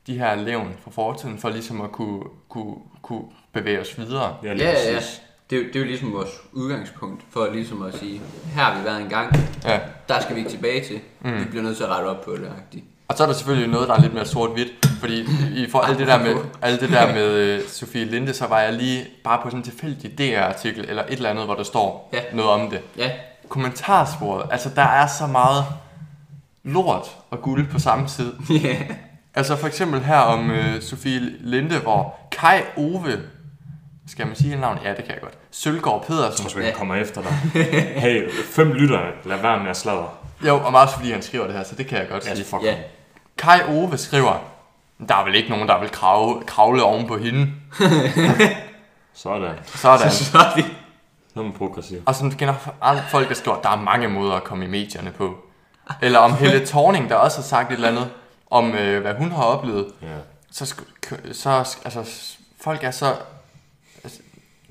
de her levn fra fortiden, for ligesom at kunne, kunne, kunne bevæge os videre. Ja, lige Ja, ja, ja. præcis. Det, er jo- det er jo ligesom vores udgangspunkt for ligesom at sige, her har vi været engang, Ja. der skal vi ikke tilbage til. Mm. Vi bliver nødt til at rette op på det. agtigt. Og så er der selvfølgelig noget, der er lidt mere sort-hvidt, fordi I får alt det der med, alt det der med øh, Sofie Linde, så var jeg lige bare på sådan en tilfældig DR-artikel, eller et eller andet, hvor der står Ja. ja. noget om det. Ja, (laughs) Kommentarsporet, altså der er så meget lort og guld på samme tid. Ja. Altså for eksempel her om øh, Sofie Linde, hvor Kai Ove Skal man sige hele navnet? Ja, det kan jeg godt. Sølgaard Pedersen. Tror sgu ikke, han kommer efter dig. (laughs) Hey, fem lytter, lad være med at sladre. Jo, og meget fordi han skriver det her, så det kan jeg godt Ja, sige. fuck. Ja. ham. Kai Ove skriver, der er vel ikke nogen, der vil kravle, kravle oven på hende. Sådan. Sådan. (laughs) Så er det. Så er man progressiv. altså- Og som generelt folk har skrevet, der er mange måder at komme i medierne på. Eller om Helle Thorning, der også har sagt et eller andet om, øh, hvad hun har oplevet. Ja. så, sk- k- så altså, s- folk er så, altså,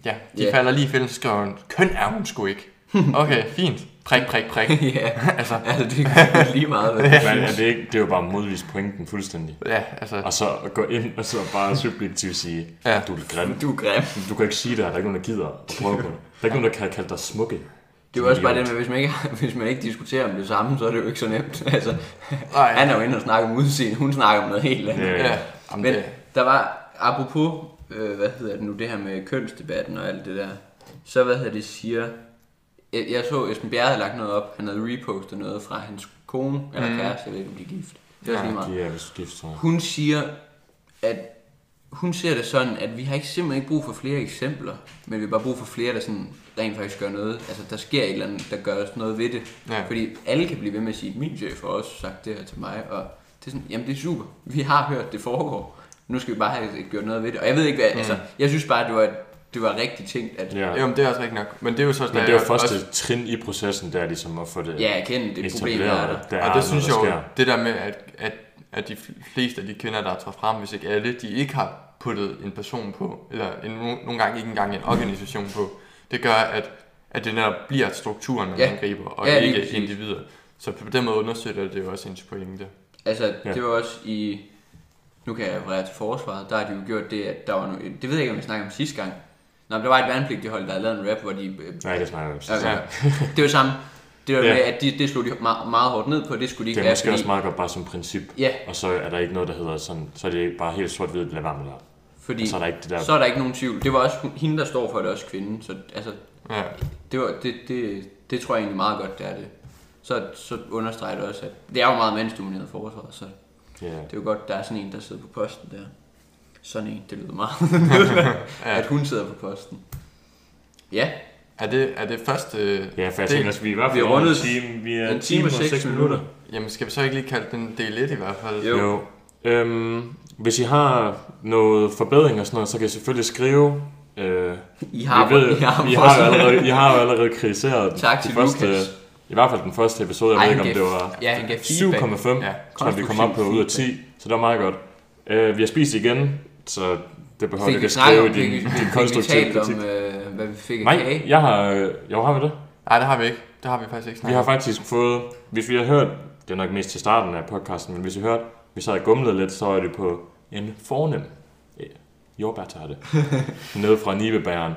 ja, de Ja. yeah. falder lige i fælden, så skriver hun, køn er hun (laughs) sgu ikke. Okay, fint. Prik, prik, prik. (laughs) ja, altså, altså det er lige meget, hvad Men er det, ikke, det er jo bare modvist pointen fuldstændig. ja, altså, Og så at gå ind og så bare subjektivt sige, Ja. ja. du er lidt grim. (laughs) du er grim. Du kan ikke sige det her, der er ikke nogen, der gider at prøve på det. Der er ikke nogen, der kan kalde dig smukke. Det er jo også bare det med, hvis man, ikke, hvis man ikke diskuterer om det samme, så er det jo ikke så nemt. (laughs) Altså, nej, han er jo inde og snakke om udseende, hun snakker om noget helt andet. Ja, ja, ja. jamen, øh, Men det, der var, apropos, øh, hvad hedder det nu, det her med kønsdebatten og alt det der, så hvad hedder det siger, jeg, jeg så Esben Bjerre havde lagt noget op, han havde repostet noget fra hans kone, eller mm. kæreste, jeg ved ikke om de er gift. Det er også lige meget. De er vist gift, tror jeg. Hun siger, at hun ser det sådan, at vi har ikke simpelthen ikke brug for flere eksempler, men vi har bare brug for flere, der sådan rent faktisk gør noget. Altså, der sker et eller andet, der gør os noget ved det. Ja. Fordi alle kan blive ved med at sige, min chef har også sagt det her til mig, og det er sådan, jamen det er super. Vi har hørt, det foregår. Nu skal vi bare have gjort noget ved det. Og jeg ved ikke hvad, mm. altså, jeg synes bare, at det var, det var rigtig tænkt, at ja, Ja. jo, men det er også rigtigt nok. Men det er jo så, Men det er jo første trin i processen, der er ligesom at få det ja erkende det problem, der er etableret. der. at Der er og det noget, synes jeg der sker. jo, det der med, at, at, at de fleste af de kvinder, der træder frem, hvis ikke alle, de ikke har puttet en person på, eller en, no- nogle gange ikke engang en organisation på, det gør, at, at det netop bliver strukturen, man Ja. angriber, og Ja, ja, lige ikke præcis. individer. Så på den måde understøtter det jo også ens pointe. Altså, ja. Ja. det var også i... Nu kan jeg referere til forsvaret. Der har de jo gjort det, at der var nu... Det ved jeg ikke, om vi snakker om sidste gang. Nå, men der var et værnepligtigt hold, der havde lavet en rap, hvor de... øh, Nej, det snakker jeg om. Okay. Ja. Det var samme. Det var Ja. med, at de, det slog de meget, meget hårdt ned på. Det skulle de ikke Det er være, måske også meget godt bare som princip. Ja. Og så er der ikke noget, der hedder sådan, så er det bare helt sort-hvidt, lad være med det. fordi Og så er der ikke det der, så er der ikke nogen tvivl. Det var også hun- hende, der står for det, også kvinden. Så altså, Ja. det, var, det, det, det tror jeg egentlig meget godt, det er det. Så, så understreger det også, at det er jo meget mandsdomineret forsvaret, så ja, Det er jo godt, der er sådan en, der sidder på posten der. Sådan en, det lyder meget. (laughs) at hun sidder på posten. Ja, Er det, er det første... ja for jeg det- tænker også, vi er i hvert vi fald har over en rundet time, vi er en time og seks seks minutter. Jamen, skal vi så ikke lige kalde den del 1 i hvert fald? Jo. Jo. jo. Øhm, hvis I har noget forbedring og sådan noget, så kan I selvfølgelig skrive. Øh, I har, vi ved, I har, I, har jo (laughs) allerede, I har jo allerede kritiseret den- Tak de til første, Lukas. I hvert fald den første episode, jeg Ej, ved ikke, han om det gav- var Ja, han gav feedback. 7,5, Ja, ja, tror jeg, vi kom op på ud af 10, så det var meget godt. Øh, vi har spist igen, så det behøver Fik ikke vi at snakket skrive om, i fik, din, vi- fik, din fik vi konstruktive talt kritik. om, øh, hvad vi fik af Nej, (laughs) kage? (laughs) jeg har... øh, Jo, har vi det? Nej, det har vi ikke. Det har vi faktisk ikke Vi snakket har om. faktisk fået... Hvis vi har hørt... Det er nok mest til starten af podcasten, men hvis I har hørt, vi sad og gumlede lidt, så er det på en fornem øh, jordbærtarte. Nede fra Nibebæren.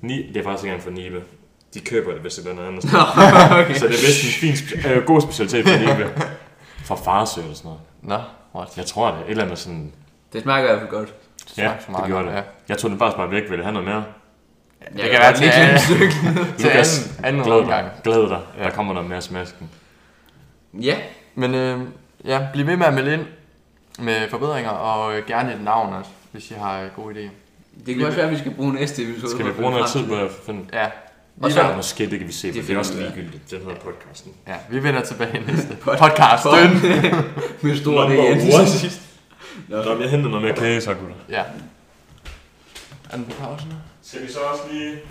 Ni, det er faktisk ikke engang fra Nibe. De køber det, hvis det er noget andet sted. okay. Så det er vist en fin, spe- øh, god specialitet fra Nibe. Fra Farsø eller sådan noget. Nå, what? Jeg tror det. Et eller andet sådan... Det smager i hvert fald godt. Ja, så det meget gjorde godt, det. Jeg tog den faktisk bare væk. Vil det have noget mere? Jeg kan være til- (laughs) Til Lukas, anden, anden glæd omgang. dig. Glæd dig. Der kommer noget mere smasken. Ja, Men øh, ja, bliv ved med at melde ind med forbedringer, og øh, gerne et navn også, hvis I har øh, gode idéer. det kan også være, at vi skal bruge næste episode. Skal vi for bruge at finde noget frem tid på at finde Ja, Og Og så- så, måske, det kan vi se, for Det det, det er også finder vi ud af. ligegyldigt, den her podcasten. ja vi vender tilbage i næste Pod- podcast. til- (laughs) Med stor D. Number Jensen. one. (laughs) Nå, men jeg henter noget mere kage, så gutter. Ja. Er den på pausen? Skal vi så også lige